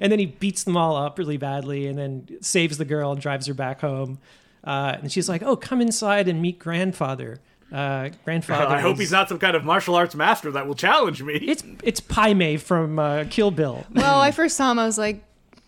[SPEAKER 3] and then he beats them all up really badly, and then saves the girl and drives her back home. Uh, and she's like, "Oh, come inside and meet grandfather. Uh, grandfather.
[SPEAKER 2] I hope
[SPEAKER 3] is-
[SPEAKER 2] Oh, he's not some kind of martial arts master that will challenge me.
[SPEAKER 3] It's it's Paime from uh, Kill Bill.
[SPEAKER 1] Well, I first saw him, I was like,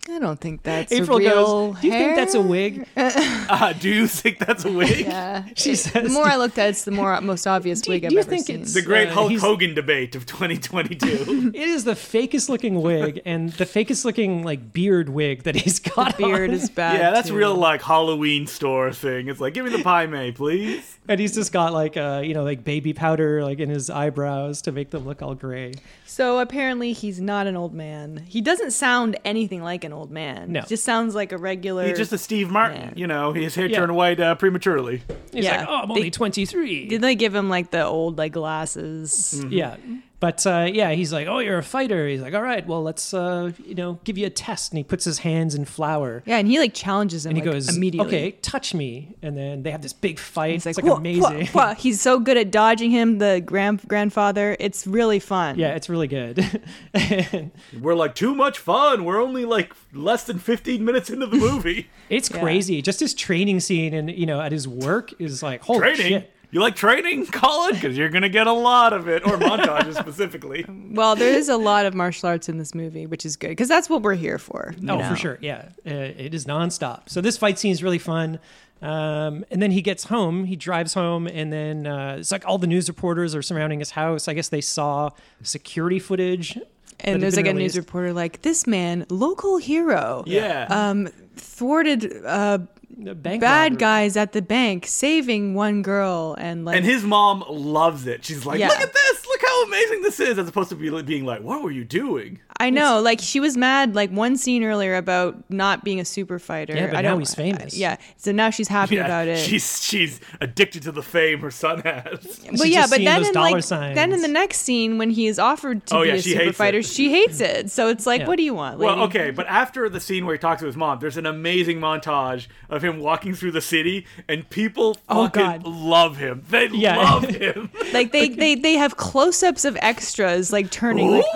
[SPEAKER 1] I don't think that's
[SPEAKER 3] April
[SPEAKER 1] a real
[SPEAKER 3] goes, "Do you think that's a
[SPEAKER 1] hair."
[SPEAKER 3] wig?"
[SPEAKER 2] Uh, do you think that's a wig?
[SPEAKER 1] Yeah.
[SPEAKER 3] She
[SPEAKER 1] It-
[SPEAKER 3] says-
[SPEAKER 1] the more I looked at it, it's the more most obvious
[SPEAKER 3] Do-
[SPEAKER 1] wig
[SPEAKER 3] do
[SPEAKER 1] I've
[SPEAKER 3] you
[SPEAKER 1] ever
[SPEAKER 3] think
[SPEAKER 1] seen.
[SPEAKER 3] it's-
[SPEAKER 2] The great
[SPEAKER 3] Uh,
[SPEAKER 2] Hulk
[SPEAKER 3] he's-
[SPEAKER 2] Hogan debate of 2022.
[SPEAKER 3] It is the fakest looking wig and the fakest looking like beard wig that he's got.
[SPEAKER 1] beard
[SPEAKER 3] on.
[SPEAKER 1] is bad.
[SPEAKER 2] yeah, that's
[SPEAKER 1] too.
[SPEAKER 2] real like Halloween store thing. It's like, give me the pie may, please.
[SPEAKER 3] and he's just got like uh you know like baby powder like in his eyebrows to make them look all gray.
[SPEAKER 1] So apparently he's not an old man. He doesn't sound anything like an old man.
[SPEAKER 3] No.
[SPEAKER 1] He just sounds like a regular.
[SPEAKER 2] He's just a Steve
[SPEAKER 1] Yeah.
[SPEAKER 2] Martin. You know, his hair
[SPEAKER 3] Yeah.
[SPEAKER 2] turned white uh, prematurely.
[SPEAKER 3] He's
[SPEAKER 1] Yeah.
[SPEAKER 3] like, oh, I'm
[SPEAKER 1] They-
[SPEAKER 3] only 23.
[SPEAKER 1] Did they give him like the old like glasses?
[SPEAKER 3] yeah. Mm-hmm. But uh, yeah, he's like, oh, you're a fighter. He's like, all right, well, let's uh, you know give you a test. And he puts his hands in flour.
[SPEAKER 1] Yeah, and he like challenges him
[SPEAKER 3] And he
[SPEAKER 1] like,
[SPEAKER 3] goes,
[SPEAKER 1] immediately.
[SPEAKER 3] okay, touch me. And then they have this big fight.
[SPEAKER 1] He's like,
[SPEAKER 3] it's like
[SPEAKER 1] "Whoa,
[SPEAKER 3] amazing.
[SPEAKER 1] whoa, whoa." He's so good at dodging him, the grand grandfather. It's really fun.
[SPEAKER 3] Yeah, it's really good. And
[SPEAKER 2] We're like too much fun. We're only like less than 15 minutes into the movie.
[SPEAKER 3] it's
[SPEAKER 1] Yeah.
[SPEAKER 3] crazy. Just his training scene and you know at his work is like holy
[SPEAKER 2] training.
[SPEAKER 3] shit.
[SPEAKER 2] You like training, Colin? Because you're gonna get a lot of it, or montages specifically.
[SPEAKER 1] Well, there is a lot of martial arts in this movie, which is good because that's what we're here for. you
[SPEAKER 3] Oh,
[SPEAKER 1] know?
[SPEAKER 3] for sure. Yeah. Uh, it is nonstop. So this fight scene is really fun. Um, and then he gets home, he drives home, and then uh, it's like all the news reporters are surrounding his house. I guess they saw security footage. that had
[SPEAKER 1] And there's
[SPEAKER 3] been
[SPEAKER 1] like a news
[SPEAKER 3] released.
[SPEAKER 1] reporter like this man, local hero,
[SPEAKER 2] Yeah.
[SPEAKER 1] um, thwarted uh,
[SPEAKER 3] The bank robbery.
[SPEAKER 1] bad guys at the bank, saving one girl, and like
[SPEAKER 2] and his mom loves it. She's like,
[SPEAKER 1] Yeah.
[SPEAKER 2] "Look at this! Look how amazing this is!" As opposed to be being like, "What were you doing?"
[SPEAKER 1] I know, like she was mad like one scene earlier about not being a super fighter.
[SPEAKER 3] Yeah, but
[SPEAKER 1] I
[SPEAKER 3] now
[SPEAKER 1] don't,
[SPEAKER 3] he's famous.
[SPEAKER 1] yeah, so now she's happy about it.
[SPEAKER 2] she's she's addicted to the fame her son has.
[SPEAKER 1] Well,
[SPEAKER 3] She's
[SPEAKER 1] yeah,
[SPEAKER 3] just
[SPEAKER 1] but
[SPEAKER 3] seeing
[SPEAKER 1] then
[SPEAKER 3] those
[SPEAKER 1] in
[SPEAKER 3] dollar
[SPEAKER 1] like then in
[SPEAKER 3] signs.
[SPEAKER 1] the next scene when he is offered to
[SPEAKER 2] Oh,
[SPEAKER 1] be
[SPEAKER 2] yeah,
[SPEAKER 1] a
[SPEAKER 2] she
[SPEAKER 1] super
[SPEAKER 2] hates
[SPEAKER 1] fighter,
[SPEAKER 2] it.
[SPEAKER 1] she hates it. So it's like,
[SPEAKER 3] Yeah.
[SPEAKER 1] what do you want? Lady?
[SPEAKER 2] Well, okay, but after the scene where he talks to his mom, there's an amazing montage of him walking through the city, and people
[SPEAKER 1] Oh,
[SPEAKER 2] fucking
[SPEAKER 1] God.
[SPEAKER 2] love him. They
[SPEAKER 3] Yeah.
[SPEAKER 2] love him.
[SPEAKER 1] Like they they they have close-ups of extras like turning like,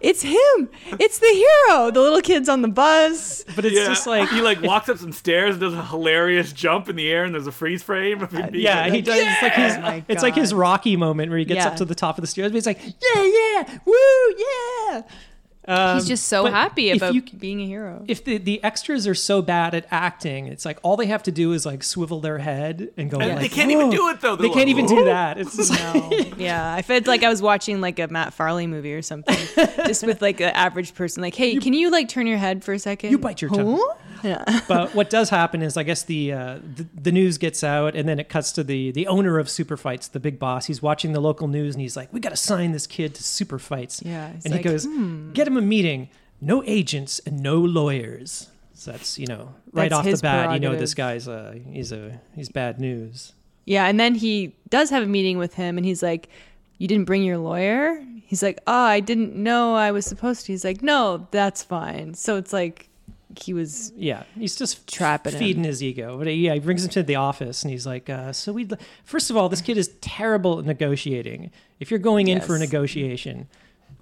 [SPEAKER 1] it's him, it's the hero. The little kids on the bus.
[SPEAKER 3] But it's just like,
[SPEAKER 2] he like walks up some stairs and does a hilarious jump in the air, and there's a freeze frame of him. Being
[SPEAKER 3] yeah, he does. It's like his,
[SPEAKER 1] Oh my
[SPEAKER 3] it's like his
[SPEAKER 1] God.
[SPEAKER 3] Rocky moment where he gets
[SPEAKER 1] Yeah.
[SPEAKER 3] up to the top of the stairs, but he's like, yeah, yeah, woo, yeah. Um,
[SPEAKER 1] He's just so
[SPEAKER 3] but
[SPEAKER 1] happy
[SPEAKER 3] if
[SPEAKER 1] about
[SPEAKER 3] you-
[SPEAKER 1] being a hero.
[SPEAKER 3] if the, the extras are so bad at acting, it's like all they have to do is like swivel their head and go.
[SPEAKER 2] And
[SPEAKER 3] like,
[SPEAKER 2] they can't even
[SPEAKER 3] "Whoa."
[SPEAKER 2] do it, though.
[SPEAKER 3] They
[SPEAKER 2] They're
[SPEAKER 3] can't
[SPEAKER 2] like,
[SPEAKER 3] even do that. It's just
[SPEAKER 1] No. yeah, I felt like I was watching like a Matt Farley movie or something, just with like the average person. Like, hey, can you like turn your head for a second?
[SPEAKER 3] You bite your tongue.
[SPEAKER 1] Huh? Yeah.
[SPEAKER 3] but what does happen is, I guess the, uh, the the news gets out, and then it cuts to the the owner of Super Fights, the big boss. He's watching the local news, and he's like, "We got to sign this kid to Super Fights."
[SPEAKER 1] Yeah,
[SPEAKER 3] and
[SPEAKER 1] he's
[SPEAKER 3] he
[SPEAKER 1] like,
[SPEAKER 3] goes, "Get him a meeting. No agents and no lawyers." So that's you know right
[SPEAKER 1] That's
[SPEAKER 3] off the
[SPEAKER 1] his
[SPEAKER 3] bat, you know
[SPEAKER 1] prerogative.
[SPEAKER 3] this guy's uh, he's a he's bad news.
[SPEAKER 1] Yeah, and then he does have a meeting with him, and he's like, "You didn't bring your lawyer." He's like, "Oh, I didn't know I was supposed to." He's like, "No, that's fine." So it's like he was
[SPEAKER 3] Yeah, he's just
[SPEAKER 1] Trapping him.
[SPEAKER 3] feeding his ego. But yeah, he brings him to the office and he's like, uh, "So we first of all, this kid is terrible at negotiating. If you're going in for a
[SPEAKER 1] Yes.
[SPEAKER 3] negotiation,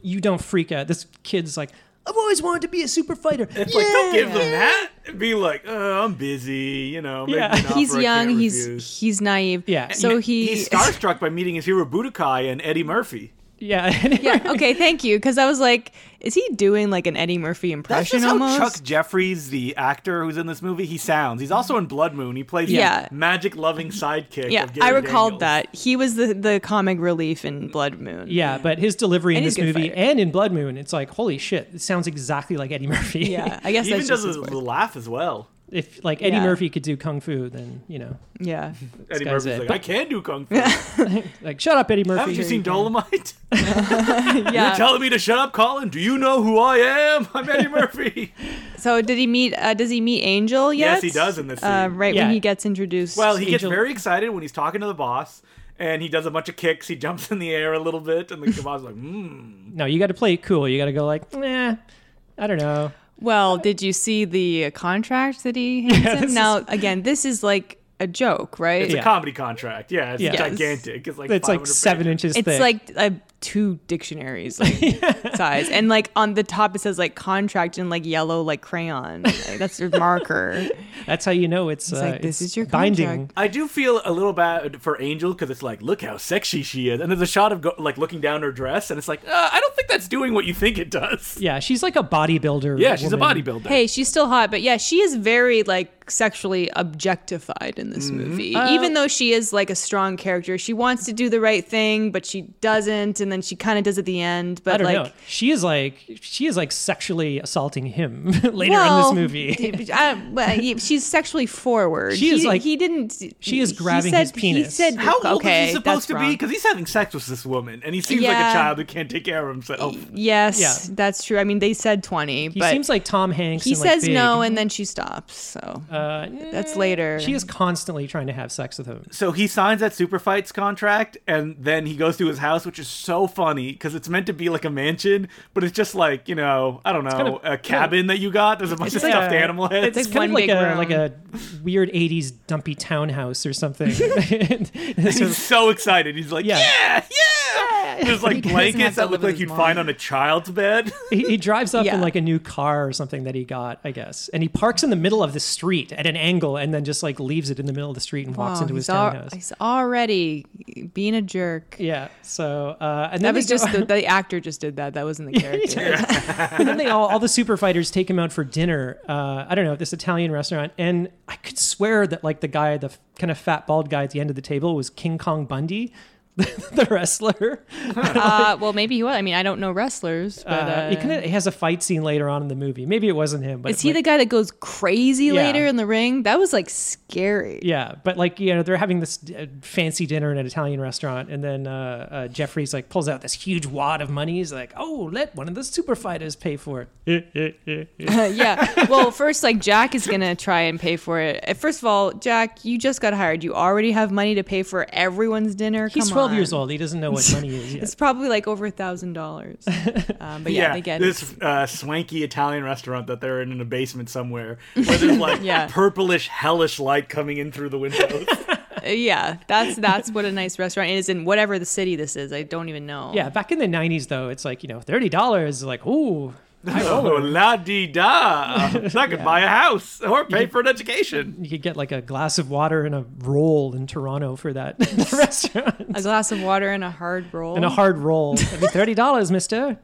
[SPEAKER 3] you don't freak out. This kid's like, I've always wanted to be a super fighter.
[SPEAKER 2] It's like, don't give
[SPEAKER 1] Yeah.
[SPEAKER 2] them that. Be like, oh, I'm busy, you know. Maybe
[SPEAKER 3] Yeah.
[SPEAKER 2] an
[SPEAKER 1] he's
[SPEAKER 2] offer I
[SPEAKER 1] young,
[SPEAKER 2] can't
[SPEAKER 1] he's
[SPEAKER 2] refuse.
[SPEAKER 1] he's naive.
[SPEAKER 3] Yeah,
[SPEAKER 1] so
[SPEAKER 2] he's starstruck by meeting his hero Budokai and Eddie Murphy.
[SPEAKER 3] yeah.
[SPEAKER 1] Yeah. Okay. Thank you. Because I was like, is he doing like an Eddie Murphy
[SPEAKER 2] That's
[SPEAKER 1] impression
[SPEAKER 2] just
[SPEAKER 1] almost?
[SPEAKER 2] how Chuck Jeffries, the actor who's in this movie, he sounds. He's also in Blood Moon. He plays
[SPEAKER 1] Yeah.
[SPEAKER 2] the magic loving sidekick.
[SPEAKER 1] yeah,
[SPEAKER 2] of
[SPEAKER 1] I
[SPEAKER 2] Gary
[SPEAKER 1] recalled
[SPEAKER 2] Daniels.
[SPEAKER 1] that he was the the comic relief in Blood Moon.
[SPEAKER 3] Yeah, but his delivery in
[SPEAKER 1] And he's
[SPEAKER 3] this
[SPEAKER 1] a good
[SPEAKER 3] movie
[SPEAKER 1] fighter.
[SPEAKER 3] and in Blood Moon, it's like, holy shit, it sounds exactly like Eddie Murphy.
[SPEAKER 1] Yeah. I guess
[SPEAKER 2] He even
[SPEAKER 1] that's just
[SPEAKER 2] does
[SPEAKER 1] his
[SPEAKER 2] a
[SPEAKER 1] voice.
[SPEAKER 2] little laugh as well.
[SPEAKER 3] if like Eddie
[SPEAKER 1] Yeah.
[SPEAKER 3] Murphy could do kung fu, then you know,
[SPEAKER 1] Yeah.
[SPEAKER 2] Eddie
[SPEAKER 3] guy's
[SPEAKER 2] Murphy's
[SPEAKER 3] it.
[SPEAKER 2] like,
[SPEAKER 3] But-
[SPEAKER 2] I can do kung fu.
[SPEAKER 3] like shut up, Eddie Murphy.
[SPEAKER 2] Haven't you
[SPEAKER 3] here
[SPEAKER 2] seen
[SPEAKER 3] go."
[SPEAKER 2] Dolomite? You're
[SPEAKER 1] Yeah.
[SPEAKER 2] telling me to shut up, Colin. Do you know who I am? I'm Eddie Murphy.
[SPEAKER 1] So did he meet? Uh, does he meet Angel yet?
[SPEAKER 2] Yes, he does in this
[SPEAKER 1] Uh,
[SPEAKER 2] scene.
[SPEAKER 1] right
[SPEAKER 3] Yeah.
[SPEAKER 1] when he gets introduced.
[SPEAKER 2] Well, he gets
[SPEAKER 3] Angel-
[SPEAKER 2] very excited when he's talking to the boss, and he does a bunch of kicks. He jumps in the air a little bit, and the boss is like, "Hmm."
[SPEAKER 3] No, you got to play it cool. You got to go like, nah, I don't know.
[SPEAKER 1] Well, did you see the uh, contract that he hands him?
[SPEAKER 3] this is-
[SPEAKER 1] now, again, this is like a joke, right?
[SPEAKER 2] It's
[SPEAKER 3] Yeah.
[SPEAKER 2] a comedy contract. Yeah, it's
[SPEAKER 3] Yes.
[SPEAKER 2] gigantic. It's like
[SPEAKER 3] It's like
[SPEAKER 2] 500
[SPEAKER 3] seven
[SPEAKER 2] pages.
[SPEAKER 3] inches
[SPEAKER 1] It's
[SPEAKER 3] thick.
[SPEAKER 1] like uh, two dictionaries like, size, and like on the top it says like contract in like yellow like crayon. Like, that's your marker.
[SPEAKER 3] that's how you know it's, uh,
[SPEAKER 1] like, this
[SPEAKER 3] it's
[SPEAKER 1] is your
[SPEAKER 3] binding.
[SPEAKER 1] contract.
[SPEAKER 2] I do feel a little bad for Angel because it's like, look how sexy she is, and there's a shot of go- like looking down her dress, and it's like, uh, I don't think that's doing what you think it does.
[SPEAKER 3] Yeah, she's like a bodybuilder.
[SPEAKER 2] Yeah, she's a
[SPEAKER 3] woman.
[SPEAKER 2] bodybuilder.
[SPEAKER 1] Hey, she's still hot, but yeah, she is very like sexually objectified in
[SPEAKER 3] Mm-hmm.
[SPEAKER 1] this movie.
[SPEAKER 3] Oh.
[SPEAKER 1] Even though she is like a strong character, she wants to do the right thing, but she doesn't, and then she kind of does at the end. But
[SPEAKER 3] I don't
[SPEAKER 1] like,
[SPEAKER 3] know. She is like she is like sexually assaulting him later
[SPEAKER 1] well,
[SPEAKER 3] in this movie.
[SPEAKER 1] d- I, well, he- she's sexually forward.
[SPEAKER 3] She is
[SPEAKER 1] he,
[SPEAKER 3] like-
[SPEAKER 1] he didn't.
[SPEAKER 3] she is
[SPEAKER 1] he
[SPEAKER 3] grabbing
[SPEAKER 1] said,
[SPEAKER 3] his penis.
[SPEAKER 1] He said,
[SPEAKER 2] How old
[SPEAKER 1] okay,
[SPEAKER 2] is he
[SPEAKER 1] that's
[SPEAKER 2] supposed to be?
[SPEAKER 1] wrong.
[SPEAKER 2] Because he's having sex with this woman, and he seems like
[SPEAKER 1] Yeah.
[SPEAKER 2] a child who can't take care of himself.
[SPEAKER 1] Yes,
[SPEAKER 3] Yeah.
[SPEAKER 1] that's true. I mean, they said twenty,
[SPEAKER 3] He
[SPEAKER 1] but
[SPEAKER 3] seems like Tom Hanks.
[SPEAKER 1] he
[SPEAKER 3] and, like,
[SPEAKER 1] says no,
[SPEAKER 3] big.
[SPEAKER 1] and then she stops. So
[SPEAKER 3] Uh,
[SPEAKER 1] that's later.
[SPEAKER 3] She is constantly trying to have sex with him.
[SPEAKER 2] So he signs that super fights contract, and then he goes to his house, which is so funny because it's meant to be like a mansion, but it's just like you know, I don't know,
[SPEAKER 3] kind of-
[SPEAKER 2] a cabin that you got. There's a bunch of
[SPEAKER 3] like
[SPEAKER 2] stuffed
[SPEAKER 3] a-
[SPEAKER 2] animal heads.
[SPEAKER 1] It's like
[SPEAKER 3] It's kind
[SPEAKER 1] one
[SPEAKER 3] of
[SPEAKER 1] big
[SPEAKER 3] like a
[SPEAKER 1] room.
[SPEAKER 3] like a weird '80s dumpy townhouse or something. So-
[SPEAKER 2] He's so excited. He's like,
[SPEAKER 3] Yeah.
[SPEAKER 2] yeah, yeah. There's like
[SPEAKER 1] He doesn't have
[SPEAKER 2] blankets
[SPEAKER 1] to
[SPEAKER 2] that
[SPEAKER 1] live
[SPEAKER 2] look
[SPEAKER 1] with
[SPEAKER 2] like
[SPEAKER 1] his
[SPEAKER 2] you'd
[SPEAKER 1] mom.
[SPEAKER 2] find on a child's bed.
[SPEAKER 3] he, he drives up in
[SPEAKER 1] Yeah.
[SPEAKER 3] like a new car or something that he got, I guess, and he parks in the middle of the street at an angle, and then just like leaves it in the middle of the street and walks
[SPEAKER 1] Wow,
[SPEAKER 3] into his
[SPEAKER 1] Oh, he's al-
[SPEAKER 3] townhouse.
[SPEAKER 1] he's already being a jerk.
[SPEAKER 3] Yeah. So uh, and then
[SPEAKER 1] That
[SPEAKER 3] they
[SPEAKER 1] was
[SPEAKER 3] go-
[SPEAKER 1] just the, the actor just did that. That wasn't the character.
[SPEAKER 3] and then they all, all the super fighters take him out for dinner. Uh, I don't know this Italian restaurant, and I could swear that like the guy, the kind of fat bald guy at the end of the table was King Kong Bundy, the wrestler.
[SPEAKER 1] uh, well, maybe he was. I mean, I don't know wrestlers, but
[SPEAKER 3] Uh,
[SPEAKER 1] uh,
[SPEAKER 3] he, kinda, he has a fight scene later on in the movie. Maybe it wasn't him, but
[SPEAKER 1] is he the guy that goes crazy later in the ring? That was like scary.
[SPEAKER 3] Yeah, but like you know, they're having this uh, fancy dinner in an Italian restaurant, and then uh, uh, Jeffrey's like pulls out this huge wad of money. He's like, "Oh, let one of the super fighters pay for it."
[SPEAKER 1] yeah. Well, first, like Jack is gonna try and pay for it. Uh, First of all, Jack, you just got hired. You already have money to pay for everyone's dinner.
[SPEAKER 3] He's
[SPEAKER 1] Come
[SPEAKER 3] twelve
[SPEAKER 1] on.
[SPEAKER 3] years old. He doesn't know what money is
[SPEAKER 1] It's
[SPEAKER 3] yet.
[SPEAKER 1] probably like over a thousand dollars. Um, But yeah, they get it.
[SPEAKER 2] this uh, swanky Italian restaurant that they're in in a basement somewhere, where there's like
[SPEAKER 1] Yeah.
[SPEAKER 2] purplish, hellish light coming in through the windows.
[SPEAKER 1] Uh, yeah, that's that's what a nice restaurant is in whatever the city this is. I don't even know.
[SPEAKER 3] Yeah, back in the '90s though, it's like you know, thirty dollars. Like, ooh,
[SPEAKER 2] oh, la di da! I could buy a house or pay for an education.
[SPEAKER 3] you could get like a glass of water and a roll in Toronto for that restaurant
[SPEAKER 1] a glass of water and a hard roll
[SPEAKER 3] and a hard roll. That'd be thirty dollars, Mister.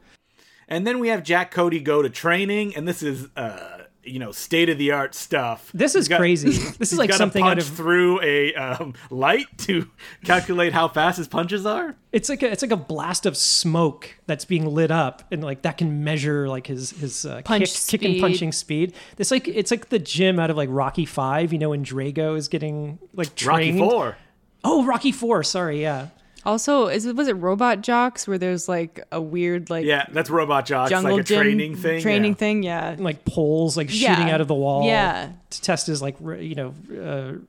[SPEAKER 2] And then we have Jack Cody go to training, and this is. Uh, you know, state of the art stuff.
[SPEAKER 3] This is
[SPEAKER 2] He's got-
[SPEAKER 3] crazy. This is
[SPEAKER 2] he's
[SPEAKER 3] like
[SPEAKER 2] gotta
[SPEAKER 3] something out
[SPEAKER 2] punch
[SPEAKER 3] of
[SPEAKER 2] through a um, light to calculate how fast his punches are.
[SPEAKER 3] It's like a it's like a blast of smoke that's being lit up, and like that can measure like his his uh,
[SPEAKER 1] Punch
[SPEAKER 3] kick, kick and
[SPEAKER 1] speed.
[SPEAKER 3] punching speed. It's like it's like the gym out of like Rocky Five, you know, when Drago is getting like trained.
[SPEAKER 2] Rocky Four.
[SPEAKER 3] Oh, Rocky Four. Sorry, yeah.
[SPEAKER 1] Also, is it was it robot jocks where there's like a weird like
[SPEAKER 2] Yeah, that's Robot Jocks.
[SPEAKER 1] jungle
[SPEAKER 2] like a
[SPEAKER 1] gym
[SPEAKER 2] training thing.
[SPEAKER 1] Training
[SPEAKER 2] yeah.
[SPEAKER 1] thing, yeah.
[SPEAKER 3] And, like poles like
[SPEAKER 1] Yeah.
[SPEAKER 3] shooting out of the wall.
[SPEAKER 1] Yeah.
[SPEAKER 3] To test his like re, you know uh,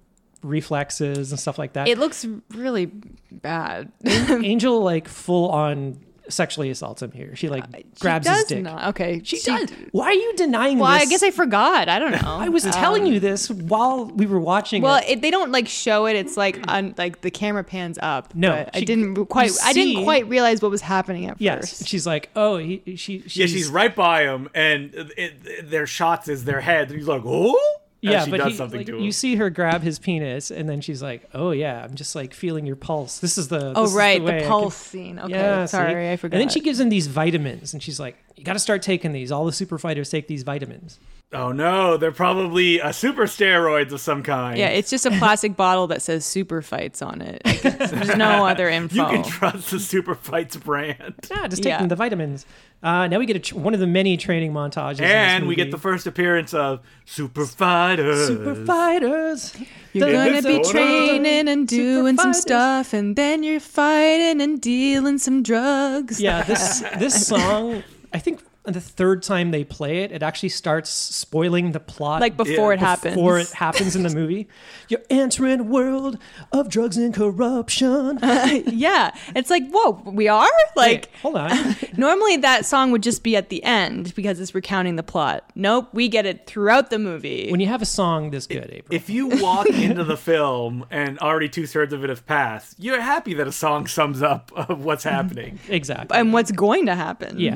[SPEAKER 3] reflexes and stuff like that.
[SPEAKER 1] It looks really bad.
[SPEAKER 3] Angel like full on sexually assaults him here. She like grabs
[SPEAKER 1] Uh, she does
[SPEAKER 3] his dick.
[SPEAKER 1] Not. Okay,
[SPEAKER 3] She does. Why are you denying
[SPEAKER 1] Well,
[SPEAKER 3] this?
[SPEAKER 1] I guess I forgot. I don't know. Uh,
[SPEAKER 3] I was telling you this while we were watching.
[SPEAKER 1] Well,
[SPEAKER 3] it.
[SPEAKER 1] it, they don't like show it. It's like on like the camera pans up.
[SPEAKER 3] No,
[SPEAKER 1] but I
[SPEAKER 3] she-
[SPEAKER 1] didn't re- quite.
[SPEAKER 3] you
[SPEAKER 1] I
[SPEAKER 3] see-
[SPEAKER 1] didn't quite realize what was happening at
[SPEAKER 3] Yes,
[SPEAKER 1] first.
[SPEAKER 3] she's like, oh, he, she, she's,
[SPEAKER 2] Yeah, she's right by him, and it, it- their shots is their head. And he's like, oh? as
[SPEAKER 3] yeah,
[SPEAKER 2] she
[SPEAKER 3] but
[SPEAKER 2] does
[SPEAKER 3] he,
[SPEAKER 2] something
[SPEAKER 3] like,
[SPEAKER 2] to him.
[SPEAKER 3] you see her grab his penis, and then she's like, "Oh yeah, I'm just like feeling your pulse. This is the this
[SPEAKER 1] Oh
[SPEAKER 3] is
[SPEAKER 1] right,
[SPEAKER 3] way I
[SPEAKER 1] the,
[SPEAKER 3] can-
[SPEAKER 1] pulse scene. Okay,
[SPEAKER 3] Yeah, see?
[SPEAKER 1] sorry, I forgot.
[SPEAKER 3] And then she gives him these vitamins, and she's like, "You got to start taking these. All the super fighters take these vitamins."
[SPEAKER 2] oh no, they're probably uh, super steroids of some kind.
[SPEAKER 1] yeah, it's just a plastic bottle that says "Super Fights" on it. Like, there's no other info.
[SPEAKER 2] you can trust the Super Fights brand.
[SPEAKER 3] Yeah, just
[SPEAKER 1] Yeah.
[SPEAKER 3] taking the vitamins. Uh, now we get a tr- one of the many training montages, in this
[SPEAKER 2] And we get
[SPEAKER 3] movie.
[SPEAKER 2] the first appearance of Super Fighters.
[SPEAKER 3] super fighters.
[SPEAKER 1] You're
[SPEAKER 2] Yeah,
[SPEAKER 1] gonna
[SPEAKER 2] that's
[SPEAKER 1] be
[SPEAKER 2] all.
[SPEAKER 1] training and
[SPEAKER 3] Super
[SPEAKER 1] doing some
[SPEAKER 3] fighters.
[SPEAKER 1] stuff, and then you're fighting and dealing some drugs.
[SPEAKER 3] yeah this this song i think the third time they play it it actually starts spoiling the plot
[SPEAKER 1] like before it
[SPEAKER 2] Yeah.
[SPEAKER 1] happens.
[SPEAKER 3] before it happens in the movie you're entering a world of drugs and corruption
[SPEAKER 1] yeah, it's like whoa, we are like.
[SPEAKER 3] Wait, hold on
[SPEAKER 1] Normally, that song would just be at the end because it's recounting the plot. Nope, we get it throughout the movie.
[SPEAKER 3] when you have a song this good april
[SPEAKER 2] If you walk into the film and already two thirds of it have passed, you're happy that a song sums up of what's
[SPEAKER 3] Mm-hmm.
[SPEAKER 2] happening.
[SPEAKER 3] exactly
[SPEAKER 1] and what's going to happen.
[SPEAKER 3] yeah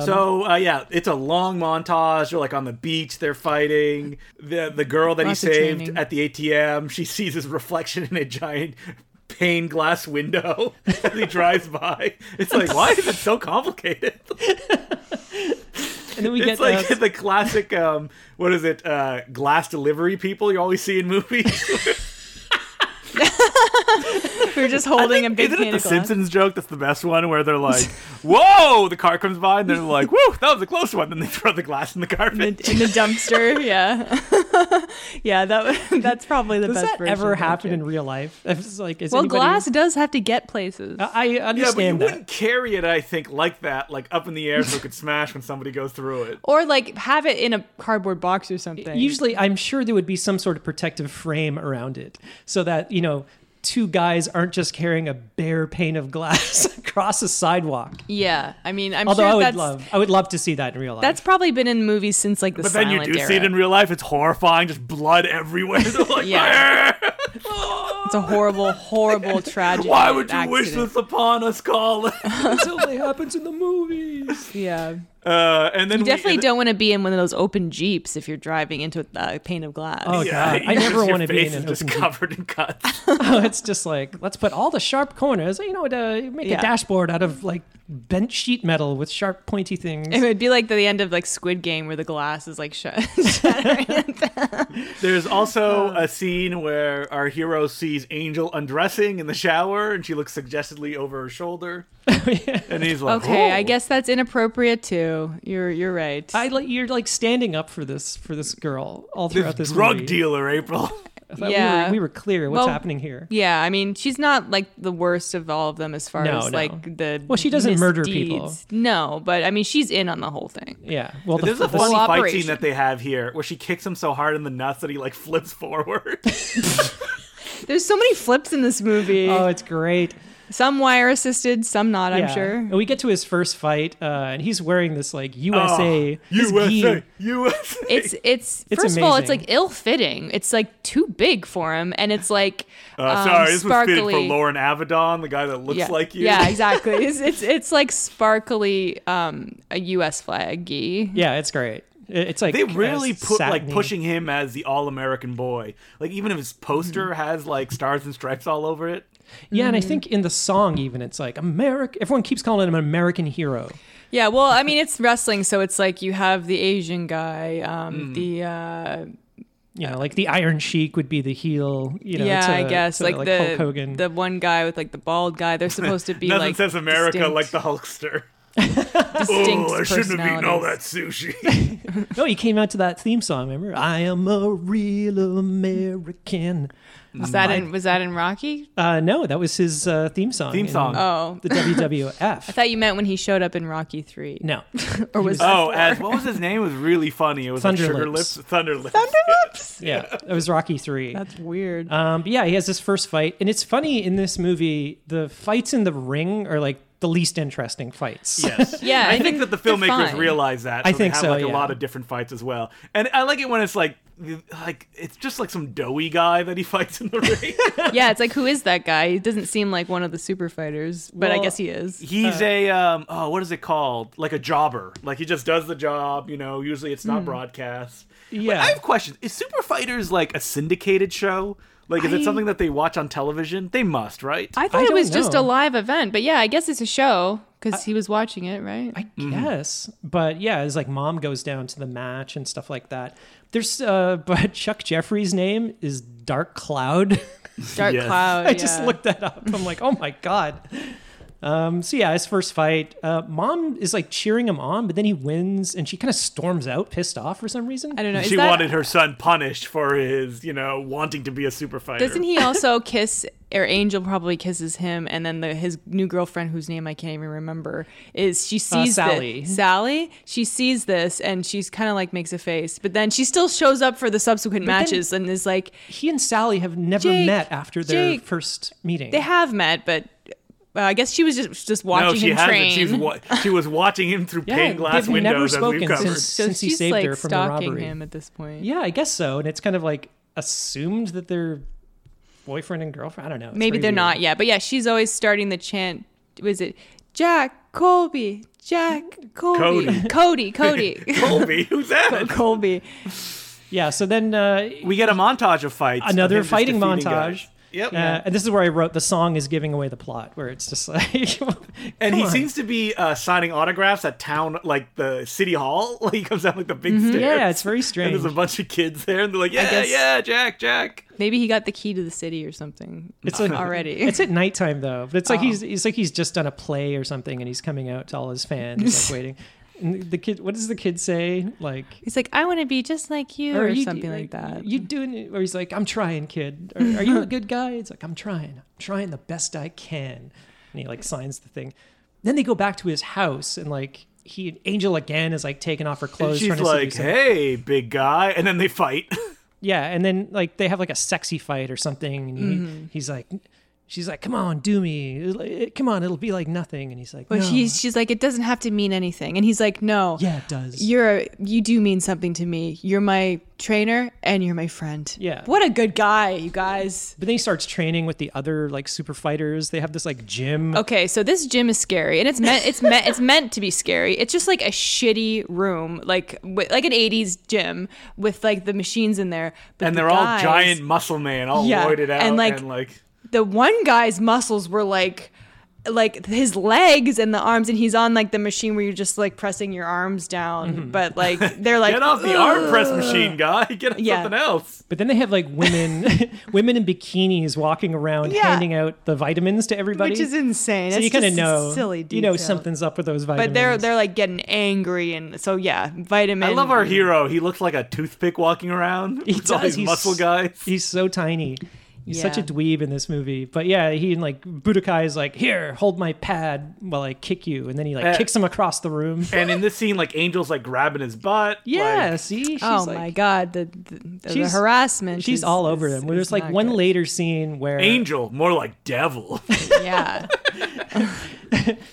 [SPEAKER 2] so
[SPEAKER 1] Um,
[SPEAKER 2] uh, yeah, it's a long montage. You're like on the beach, they're fighting. The the girl that
[SPEAKER 1] Lots
[SPEAKER 2] he
[SPEAKER 1] of
[SPEAKER 2] saved
[SPEAKER 1] training.
[SPEAKER 2] at the ATM, she sees his reflection in a giant pane glass window as he drives by. It's like, why is it so complicated?
[SPEAKER 3] and then we get
[SPEAKER 2] It's like
[SPEAKER 3] uh,
[SPEAKER 2] the classic um what is it, uh glass delivery people you always see in movies.
[SPEAKER 1] We're just holding a big
[SPEAKER 2] Isn't it
[SPEAKER 1] can
[SPEAKER 2] the
[SPEAKER 1] of glass.
[SPEAKER 2] Simpsons joke that's the best one where they're like, whoa, the car comes by and they're like, whoa, that was a close one. Then they throw the glass in the
[SPEAKER 1] in
[SPEAKER 2] carpet.
[SPEAKER 1] the, in the dumpster. Yeah, yeah. That that's probably the
[SPEAKER 3] does
[SPEAKER 1] best.
[SPEAKER 3] that
[SPEAKER 1] version
[SPEAKER 3] ever
[SPEAKER 1] of
[SPEAKER 3] happen
[SPEAKER 1] joke.
[SPEAKER 3] in real life it's like is
[SPEAKER 1] well,
[SPEAKER 3] anybody- Uh,
[SPEAKER 1] glass does have to get places.
[SPEAKER 3] I
[SPEAKER 2] Yeah, but
[SPEAKER 3] I
[SPEAKER 2] you
[SPEAKER 3] understand that.
[SPEAKER 2] wouldn't carry it, I think, like that, like up in the air so it could smash when somebody goes through it.
[SPEAKER 1] or like have it in a cardboard box or something.
[SPEAKER 3] Usually, I'm sure there would be some sort of protective frame around it so that, you know, two guys aren't just carrying a bare pane of glass across a sidewalk.
[SPEAKER 1] yeah. I mean, I'm
[SPEAKER 3] Although
[SPEAKER 1] sure
[SPEAKER 3] I would
[SPEAKER 1] that's
[SPEAKER 3] love, I would love to see that in real life.
[SPEAKER 1] that's probably been in movies since like the
[SPEAKER 2] But then you
[SPEAKER 1] silent
[SPEAKER 2] do
[SPEAKER 1] era.
[SPEAKER 2] see it in real life. It's horrifying, just blood everywhere. They're like,
[SPEAKER 1] Yeah.
[SPEAKER 2] "Arr!
[SPEAKER 1] It's a horrible, horrible tragedy.
[SPEAKER 2] why would you wish
[SPEAKER 1] accident.
[SPEAKER 2] this upon us, Colin?
[SPEAKER 3] That's only happens in the movies.
[SPEAKER 1] Yeah, you
[SPEAKER 2] Uh, and then we-
[SPEAKER 1] definitely
[SPEAKER 2] and-
[SPEAKER 1] don't want to be in one of those open jeeps if you're driving into a pane of glass.
[SPEAKER 3] Oh god,
[SPEAKER 2] yeah,
[SPEAKER 3] I never
[SPEAKER 2] just your
[SPEAKER 3] want to be
[SPEAKER 2] face is
[SPEAKER 3] in an
[SPEAKER 2] just
[SPEAKER 3] open.
[SPEAKER 2] covered in cuts.
[SPEAKER 3] Oh, it's just like let's put all the sharp corners. You know, to make
[SPEAKER 1] Yeah.
[SPEAKER 3] a dashboard out of like bent sheet metal with sharp pointy things.
[SPEAKER 1] It would be like the end of like Squid Game where the glass is like shut.
[SPEAKER 2] There's also a scene where our hero sees Angel undressing in the shower and she looks suggestively over her shoulder.
[SPEAKER 3] Oh,
[SPEAKER 2] And he's like,
[SPEAKER 1] Okay, I
[SPEAKER 2] "Oh."
[SPEAKER 1] guess that's inappropriate too. You're you're right.
[SPEAKER 3] I like you're like standing up for this for this girl all
[SPEAKER 2] This
[SPEAKER 3] throughout this,
[SPEAKER 2] drug
[SPEAKER 3] movie.
[SPEAKER 2] dealer, April.
[SPEAKER 3] I thought we
[SPEAKER 1] Yeah.
[SPEAKER 3] were, we were clear what's
[SPEAKER 1] Well,
[SPEAKER 3] happening here.
[SPEAKER 1] yeah, I mean, she's not like the worst of all of them as far
[SPEAKER 3] No,
[SPEAKER 1] as
[SPEAKER 3] no.
[SPEAKER 1] like the
[SPEAKER 3] Well, she doesn't murder
[SPEAKER 1] misdeeds. No, but I mean, she's in on the whole thing.
[SPEAKER 3] Yeah. Well, the,
[SPEAKER 2] There's a
[SPEAKER 3] the-
[SPEAKER 2] funny
[SPEAKER 1] full
[SPEAKER 2] fight scene
[SPEAKER 1] operation.
[SPEAKER 2] that they have here where she kicks him so hard in the nuts that he like flips forward.
[SPEAKER 1] There's so many flips in this movie.
[SPEAKER 3] oh, it's great.
[SPEAKER 1] some wire assisted, some not. I'm
[SPEAKER 3] Yeah.
[SPEAKER 1] sure.
[SPEAKER 3] And we get to his first fight, uh, and he's wearing this like USA
[SPEAKER 2] Oh,
[SPEAKER 3] this
[SPEAKER 2] USA,
[SPEAKER 3] gi.
[SPEAKER 2] USA.
[SPEAKER 1] It's it's,
[SPEAKER 3] It's
[SPEAKER 1] first of all, it's
[SPEAKER 3] amazing.
[SPEAKER 1] like ill fitting. It's like too big for him, and it's like
[SPEAKER 2] Uh,
[SPEAKER 1] um,
[SPEAKER 2] sorry, this was
[SPEAKER 1] sparkly.
[SPEAKER 2] fitted for Lauren Avedon, the guy that looks
[SPEAKER 1] yeah.
[SPEAKER 2] like you.
[SPEAKER 1] Yeah, exactly. it's, it's it's like sparkly um a U.S. flag gi.
[SPEAKER 3] Yeah, it's great. It- It's like
[SPEAKER 2] They
[SPEAKER 3] uh,
[SPEAKER 2] really put like
[SPEAKER 3] satiny.
[SPEAKER 2] pushing him as the all-American boy. Like even if his poster has like stars and stripes all over it.
[SPEAKER 3] Yeah,
[SPEAKER 2] Mm.
[SPEAKER 3] and I think in the song even it's like America. Everyone keeps calling him an American hero.
[SPEAKER 1] Yeah, well, I mean, it's wrestling, so it's like you have the Asian guy,
[SPEAKER 2] Mm.
[SPEAKER 1] um, the uh,
[SPEAKER 3] You know, like the Iron Sheik would be the heel. You know,
[SPEAKER 1] yeah,
[SPEAKER 3] to,
[SPEAKER 1] I guess
[SPEAKER 3] to,
[SPEAKER 1] like,
[SPEAKER 3] like
[SPEAKER 1] the
[SPEAKER 3] Hulk Hogan.
[SPEAKER 1] the one guy with like the bald guy. They're supposed to be
[SPEAKER 2] Nothing
[SPEAKER 1] like
[SPEAKER 2] says America
[SPEAKER 1] distinct,
[SPEAKER 2] like the Hulkster.
[SPEAKER 1] distinct
[SPEAKER 2] oh, I shouldn't have eaten all that
[SPEAKER 1] personalities.
[SPEAKER 2] sushi.
[SPEAKER 3] no, Oh, he came out to that theme song. Remember, I am a real American.
[SPEAKER 1] Was that in was that in Rocky?
[SPEAKER 3] Uh, no, that was his uh, theme song.
[SPEAKER 2] Theme
[SPEAKER 3] in
[SPEAKER 2] song.
[SPEAKER 1] Oh,
[SPEAKER 3] The WWF.
[SPEAKER 1] I thought you meant when he showed up in Rocky Three.
[SPEAKER 3] no.
[SPEAKER 1] or was that
[SPEAKER 2] oh, as what was his name? It was really funny. It was like
[SPEAKER 3] Thunder
[SPEAKER 2] Sugar
[SPEAKER 3] Lips.
[SPEAKER 2] Lips, Thunder Lips.
[SPEAKER 3] Yeah, it was Rocky Three.
[SPEAKER 1] that's weird?
[SPEAKER 3] Um, but yeah, he has this first fight, and it's funny in this movie. The fights in the ring are like the least interesting fights.
[SPEAKER 2] Yes.
[SPEAKER 1] Yeah,
[SPEAKER 2] I
[SPEAKER 1] and
[SPEAKER 2] think that the filmmakers
[SPEAKER 1] fine.
[SPEAKER 2] realize that. so
[SPEAKER 3] I
[SPEAKER 2] they
[SPEAKER 3] think
[SPEAKER 2] have
[SPEAKER 3] so,
[SPEAKER 2] like a
[SPEAKER 3] yeah.
[SPEAKER 2] lot of different fights as well. And I like it when it's like like it's just like some doughy guy that he fights in the ring.
[SPEAKER 1] yeah, it's like who is that guy? He doesn't seem like one of the super fighters, but I
[SPEAKER 3] Well,
[SPEAKER 1] guess he is.
[SPEAKER 2] He's a um oh what is it called? Like a jobber. Like he just does the job, you know, usually it's
[SPEAKER 1] Hmm.
[SPEAKER 2] not broadcast. Like,
[SPEAKER 3] Yeah.
[SPEAKER 2] I have questions. Is Super Fighters like a syndicated show? Like is
[SPEAKER 1] I-
[SPEAKER 2] it something that they watch on television? They must, right?
[SPEAKER 1] I thought
[SPEAKER 3] I
[SPEAKER 1] it was
[SPEAKER 3] don't
[SPEAKER 1] just a
[SPEAKER 3] know.
[SPEAKER 1] live event, but yeah, I guess it's a show because he was watching it, right?
[SPEAKER 3] I guess, but yeah, it's like mom goes down to the match and stuff like that. There's, uh, but Chuck Jeffrey's name is Dark Cloud.
[SPEAKER 1] Dark
[SPEAKER 2] Yes.
[SPEAKER 1] Cloud.
[SPEAKER 3] I just
[SPEAKER 1] yeah.
[SPEAKER 3] looked that up. I'm like, oh my god. Um, so yeah, his first fight, uh, mom is like cheering him on, but then he wins, and she kind of storms out, pissed off for some reason.
[SPEAKER 1] I don't know. Is
[SPEAKER 2] she
[SPEAKER 1] that-
[SPEAKER 2] wanted her son punished for his, you know, wanting to be a super fighter.
[SPEAKER 1] Doesn't he also kiss or Angel probably kisses him and then the, his new girlfriend whose name I can't even remember is she sees thi-
[SPEAKER 3] Uh, Sally.
[SPEAKER 1] Sally, she sees this and she's kind of like makes a face, but then she still shows up for the subsequent
[SPEAKER 3] then-
[SPEAKER 1] matches and is like
[SPEAKER 3] He and Sally have never
[SPEAKER 1] Jake,
[SPEAKER 3] met after their
[SPEAKER 1] Jake.
[SPEAKER 3] first meeting.
[SPEAKER 1] they have met, but uh, I guess she was just just watching
[SPEAKER 2] no, she
[SPEAKER 1] him
[SPEAKER 2] hasn't.
[SPEAKER 1] train.
[SPEAKER 2] She's wa- she was watching him through
[SPEAKER 3] Yeah,
[SPEAKER 2] pane glass
[SPEAKER 3] they've never
[SPEAKER 2] windows as we've
[SPEAKER 3] spoken
[SPEAKER 2] covered.
[SPEAKER 3] since-
[SPEAKER 1] so
[SPEAKER 3] he
[SPEAKER 1] she's
[SPEAKER 3] saved
[SPEAKER 1] like
[SPEAKER 3] her from the
[SPEAKER 1] stalking
[SPEAKER 3] robbery.
[SPEAKER 1] him at this point.
[SPEAKER 3] yeah, I guess so. And it's kind of like assumed that they're boyfriend and girlfriend. I don't know. It's
[SPEAKER 1] Maybe
[SPEAKER 3] very
[SPEAKER 1] they're
[SPEAKER 3] weird.
[SPEAKER 1] not yet, but yeah, she's always starting the chant. Was it Jack Colby? Jack Colby? Cody, Cody,
[SPEAKER 2] Colby, who's that?
[SPEAKER 1] Colby.
[SPEAKER 3] Yeah. So then uh,
[SPEAKER 2] We get a montage of fights. of
[SPEAKER 3] Another
[SPEAKER 2] him just
[SPEAKER 3] fighting
[SPEAKER 2] defeating
[SPEAKER 3] montage.
[SPEAKER 2] guys. Yep.
[SPEAKER 3] Uh, and this is where I wrote the song is giving away the plot, where it's just like,
[SPEAKER 2] and he
[SPEAKER 3] come on.
[SPEAKER 2] seems to be uh, signing autographs at town, like the city hall. Like he comes down like the big stairs.
[SPEAKER 3] Mm-hmm. yeah, it's very
[SPEAKER 2] and
[SPEAKER 3] strange.
[SPEAKER 2] there's a bunch of kids there, and they're like, "Yeah,
[SPEAKER 1] guess-
[SPEAKER 2] yeah, Jack, Jack."
[SPEAKER 1] Maybe he got the key to the city or something.
[SPEAKER 3] It's like-
[SPEAKER 1] already.
[SPEAKER 3] it's at nighttime though, but it's like
[SPEAKER 1] Oh.
[SPEAKER 3] he's it's like he's just done a play or something, and he's coming out to all his fans, like waiting. And the kid, what does the kid say? Like,
[SPEAKER 1] He's like, I want to be just like you, or,
[SPEAKER 3] you-
[SPEAKER 1] something
[SPEAKER 3] are
[SPEAKER 1] like that.
[SPEAKER 3] You doing? it? Or he's like, I'm trying, kid. Are, are you a good guy? It's like I'm trying, I'm trying the best I can. And he like signs the thing. Then they go back to his house, and like he Angel again is like taking off her
[SPEAKER 2] And
[SPEAKER 3] clothes. trying
[SPEAKER 2] she's
[SPEAKER 3] to
[SPEAKER 2] like,
[SPEAKER 3] seduce him.
[SPEAKER 2] "Hey, big guy," and then they fight.
[SPEAKER 3] Yeah, and then like they have like a sexy fight or something, and he,
[SPEAKER 1] Mm-hmm.
[SPEAKER 3] he's like, she's like, "Come on, do me, It'll- it- come on, it'll be like nothing," and he's like,
[SPEAKER 1] but
[SPEAKER 3] "No,
[SPEAKER 1] she's she's like, it doesn't have to mean anything, and he's like, No,
[SPEAKER 3] yeah, it does."
[SPEAKER 1] you're a, you do mean something to me. You're my trainer and you're my friend.
[SPEAKER 3] Yeah.
[SPEAKER 1] what a good guy, you guys.
[SPEAKER 3] but then he starts training with the other like super fighters. They have this like gym.
[SPEAKER 1] Okay, so this gym is scary, and it's meant it's meant it's meant to be scary. It's just like a shitty room, like wi- like an '80s gym with like the machines in there. But
[SPEAKER 2] and
[SPEAKER 1] the
[SPEAKER 2] they're
[SPEAKER 1] guys-
[SPEAKER 2] all giant muscle man, all
[SPEAKER 1] Yeah,
[SPEAKER 2] roided out,
[SPEAKER 1] and, like, the one guy's muscles were like like his legs and the arms and he's on like the machine where you're just like pressing your arms down but like they're like
[SPEAKER 2] get off the arm press machine, guy. Get on
[SPEAKER 1] Yeah.
[SPEAKER 2] something else.
[SPEAKER 3] But then they have like women, women in bikinis walking around
[SPEAKER 1] Yeah.
[SPEAKER 3] handing out the vitamins to everybody.
[SPEAKER 1] which is insane
[SPEAKER 3] so
[SPEAKER 1] It's
[SPEAKER 3] you kind of
[SPEAKER 1] just
[SPEAKER 3] know,
[SPEAKER 1] silly
[SPEAKER 3] you know
[SPEAKER 1] detail.
[SPEAKER 3] something's up with those vitamins.
[SPEAKER 1] but they're they're like getting angry and so yeah vitamin
[SPEAKER 2] I love our hero. He looks like a toothpick walking around.
[SPEAKER 3] He
[SPEAKER 2] with all
[SPEAKER 3] does.
[SPEAKER 2] these
[SPEAKER 3] He's-
[SPEAKER 2] muscle guys.
[SPEAKER 3] He's so tiny. He's such a
[SPEAKER 1] Yeah.
[SPEAKER 3] dweeb in this movie. But yeah, he and like Budokai is like, here, hold my pad while I kick you, and then he like
[SPEAKER 2] Eh.
[SPEAKER 3] kicks him across the room.
[SPEAKER 2] And in this scene, like Angel's like grabbing his butt.
[SPEAKER 3] Yeah,
[SPEAKER 2] like-
[SPEAKER 3] see, she's
[SPEAKER 1] oh
[SPEAKER 3] like,
[SPEAKER 1] my god the the, the
[SPEAKER 3] She's-
[SPEAKER 1] harassment
[SPEAKER 3] she's
[SPEAKER 1] is-
[SPEAKER 3] all over
[SPEAKER 1] is-
[SPEAKER 3] him. There's
[SPEAKER 1] is
[SPEAKER 3] like
[SPEAKER 1] not
[SPEAKER 3] one
[SPEAKER 1] good.
[SPEAKER 3] later scene where
[SPEAKER 2] Angel, more like devil.
[SPEAKER 1] yeah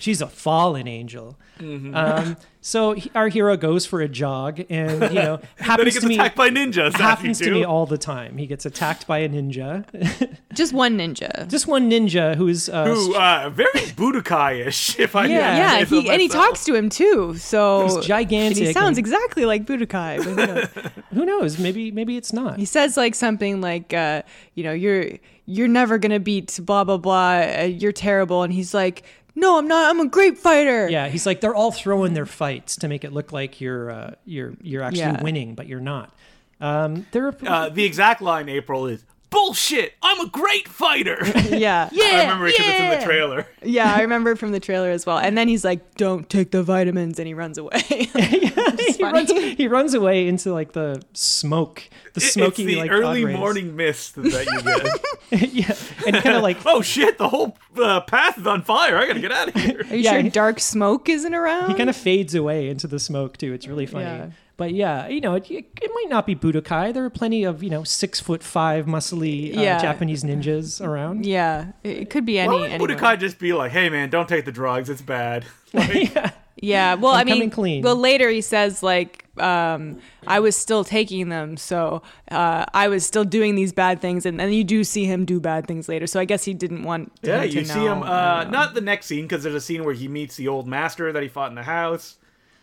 [SPEAKER 3] she's a fallen angel.
[SPEAKER 2] Mm-hmm.
[SPEAKER 3] Um, so he- our hero goes for a jog, and you know,
[SPEAKER 2] then he
[SPEAKER 3] happens
[SPEAKER 2] gets
[SPEAKER 3] to me.
[SPEAKER 2] attacked by ninjas. as you
[SPEAKER 3] Happens to
[SPEAKER 2] do.
[SPEAKER 3] me all the time. He gets attacked by a ninja.
[SPEAKER 1] just one ninja
[SPEAKER 3] Just one ninja who's uh,
[SPEAKER 2] Who, uh, very Budokai-ish, if I may
[SPEAKER 3] Yeah,
[SPEAKER 1] yeah,
[SPEAKER 2] say so
[SPEAKER 1] he, and he
[SPEAKER 2] myself.
[SPEAKER 1] talks to him too so
[SPEAKER 3] He's gigantic
[SPEAKER 1] and he sounds
[SPEAKER 3] and-
[SPEAKER 1] exactly like budokai but who knows?
[SPEAKER 3] who knows maybe maybe it's not.
[SPEAKER 1] He says like something like, uh, you know, you're you're never gonna beat blah blah blah. Uh, you're terrible, and he's like, no, I'm not. I'm a great fighter.
[SPEAKER 3] Yeah, he's like they're all throwing their fights to make it look like you're uh, you're you're actually
[SPEAKER 1] Yeah.
[SPEAKER 3] winning, but you're not. Um, there are
[SPEAKER 2] Uh, the exact line, April, is, Bullshit! I'm a great fighter!
[SPEAKER 1] yeah,
[SPEAKER 2] I remember it because it's in the trailer.
[SPEAKER 1] yeah. I remember it from the trailer as well. And then he's like, don't take the vitamins, and he runs away.
[SPEAKER 3] he
[SPEAKER 1] funny.
[SPEAKER 3] runs he runs away into like the smoke, the
[SPEAKER 2] It-
[SPEAKER 3] smoky
[SPEAKER 2] it's the
[SPEAKER 3] like
[SPEAKER 2] early
[SPEAKER 3] odd rays.
[SPEAKER 2] morning mist that you get.
[SPEAKER 3] yeah, and kind of like
[SPEAKER 2] oh shit, the whole uh, path is on fire. I gotta get out of here.
[SPEAKER 1] Are you
[SPEAKER 3] Yeah,
[SPEAKER 1] sure
[SPEAKER 3] he-
[SPEAKER 1] dark smoke isn't around?
[SPEAKER 3] he kind of fades away into the smoke too. It's really funny.
[SPEAKER 1] Yeah.
[SPEAKER 3] But yeah, you know, it, it might not be Budokai. There are plenty of you know six foot five muscly uh,
[SPEAKER 1] Yeah.
[SPEAKER 3] Japanese ninjas around.
[SPEAKER 1] yeah, it it could be any.
[SPEAKER 2] Why would
[SPEAKER 1] anyone.
[SPEAKER 2] Budokai just be like, hey man, don't take the drugs, it's bad. Like,
[SPEAKER 1] Yeah. Well, i mean,
[SPEAKER 3] coming clean.
[SPEAKER 1] well later he says like um, I was still taking them, so uh, I was still doing these bad things, and then you do see him do bad things later. So I guess he didn't want.
[SPEAKER 2] Yeah,
[SPEAKER 1] him to
[SPEAKER 2] you see
[SPEAKER 1] know.
[SPEAKER 2] him. Uh, not the next scene because there's a scene where he meets the old master that he fought in the house.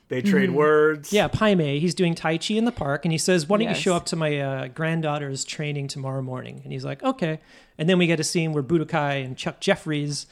[SPEAKER 2] They trade words.
[SPEAKER 3] Mm-hmm. Yeah, Pai Mei, he's doing Tai Chi in the park, and he says, Why don't
[SPEAKER 1] Yes.
[SPEAKER 3] you show up to my uh, granddaughter's training tomorrow morning? And he's like, Okay. And then we get a scene where Budokai and Chuck Jeffries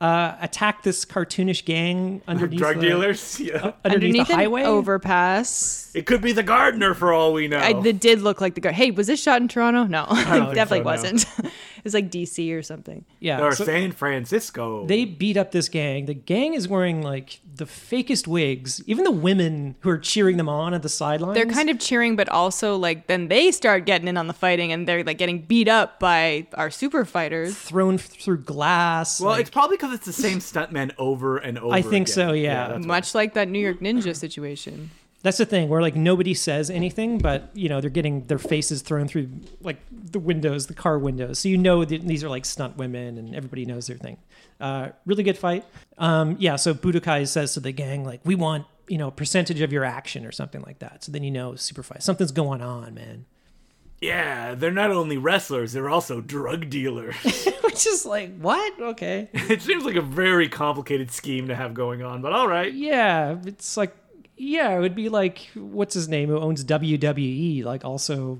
[SPEAKER 3] uh, attack this cartoonish gang underneath
[SPEAKER 2] drug
[SPEAKER 3] the, uh,
[SPEAKER 2] dealers. Yeah,
[SPEAKER 3] Underneath, the
[SPEAKER 1] an
[SPEAKER 3] highway.
[SPEAKER 1] overpass.
[SPEAKER 2] it could be the gardener for all we know.
[SPEAKER 1] I, it did look like the guy. Hey, was this shot in Toronto? No,
[SPEAKER 2] Oh. think
[SPEAKER 1] it definitely
[SPEAKER 2] so, no.
[SPEAKER 1] wasn't. it was like DC or something.
[SPEAKER 3] Yeah.
[SPEAKER 2] or
[SPEAKER 3] so-
[SPEAKER 2] San Francisco.
[SPEAKER 3] they beat up this gang. The gang is wearing like the fakest wigs. Even the women who are cheering them on at the sidelines.
[SPEAKER 1] They're kind of cheering, but also like then they start getting in on the fighting, and they're like getting beat up by our super fighters.
[SPEAKER 3] thrown f- through glass.
[SPEAKER 2] well,
[SPEAKER 3] like-
[SPEAKER 2] it's probably because it's the same stuntmen over and over.
[SPEAKER 3] I
[SPEAKER 2] again.
[SPEAKER 3] think so, yeah.
[SPEAKER 2] that's why.
[SPEAKER 1] Much like that New York Ninja situation.
[SPEAKER 3] that's the thing where like nobody says anything, but you know they're getting their faces thrown through like the windows, the car windows. So you know that these are like stunt women, and everybody knows their thing. Uh, really good fight. Um, yeah. So Budokai says to the gang like, "We want you know a percentage of your action or something like that." So then you know super fight. Something's going on, man.
[SPEAKER 2] Yeah, they're not only wrestlers; they're also drug dealers.
[SPEAKER 3] Which is like what? Okay.
[SPEAKER 2] it seems like a very complicated scheme to have going on, but all right.
[SPEAKER 3] Yeah, it's like yeah, it would be like what's his name who owns WWE, like also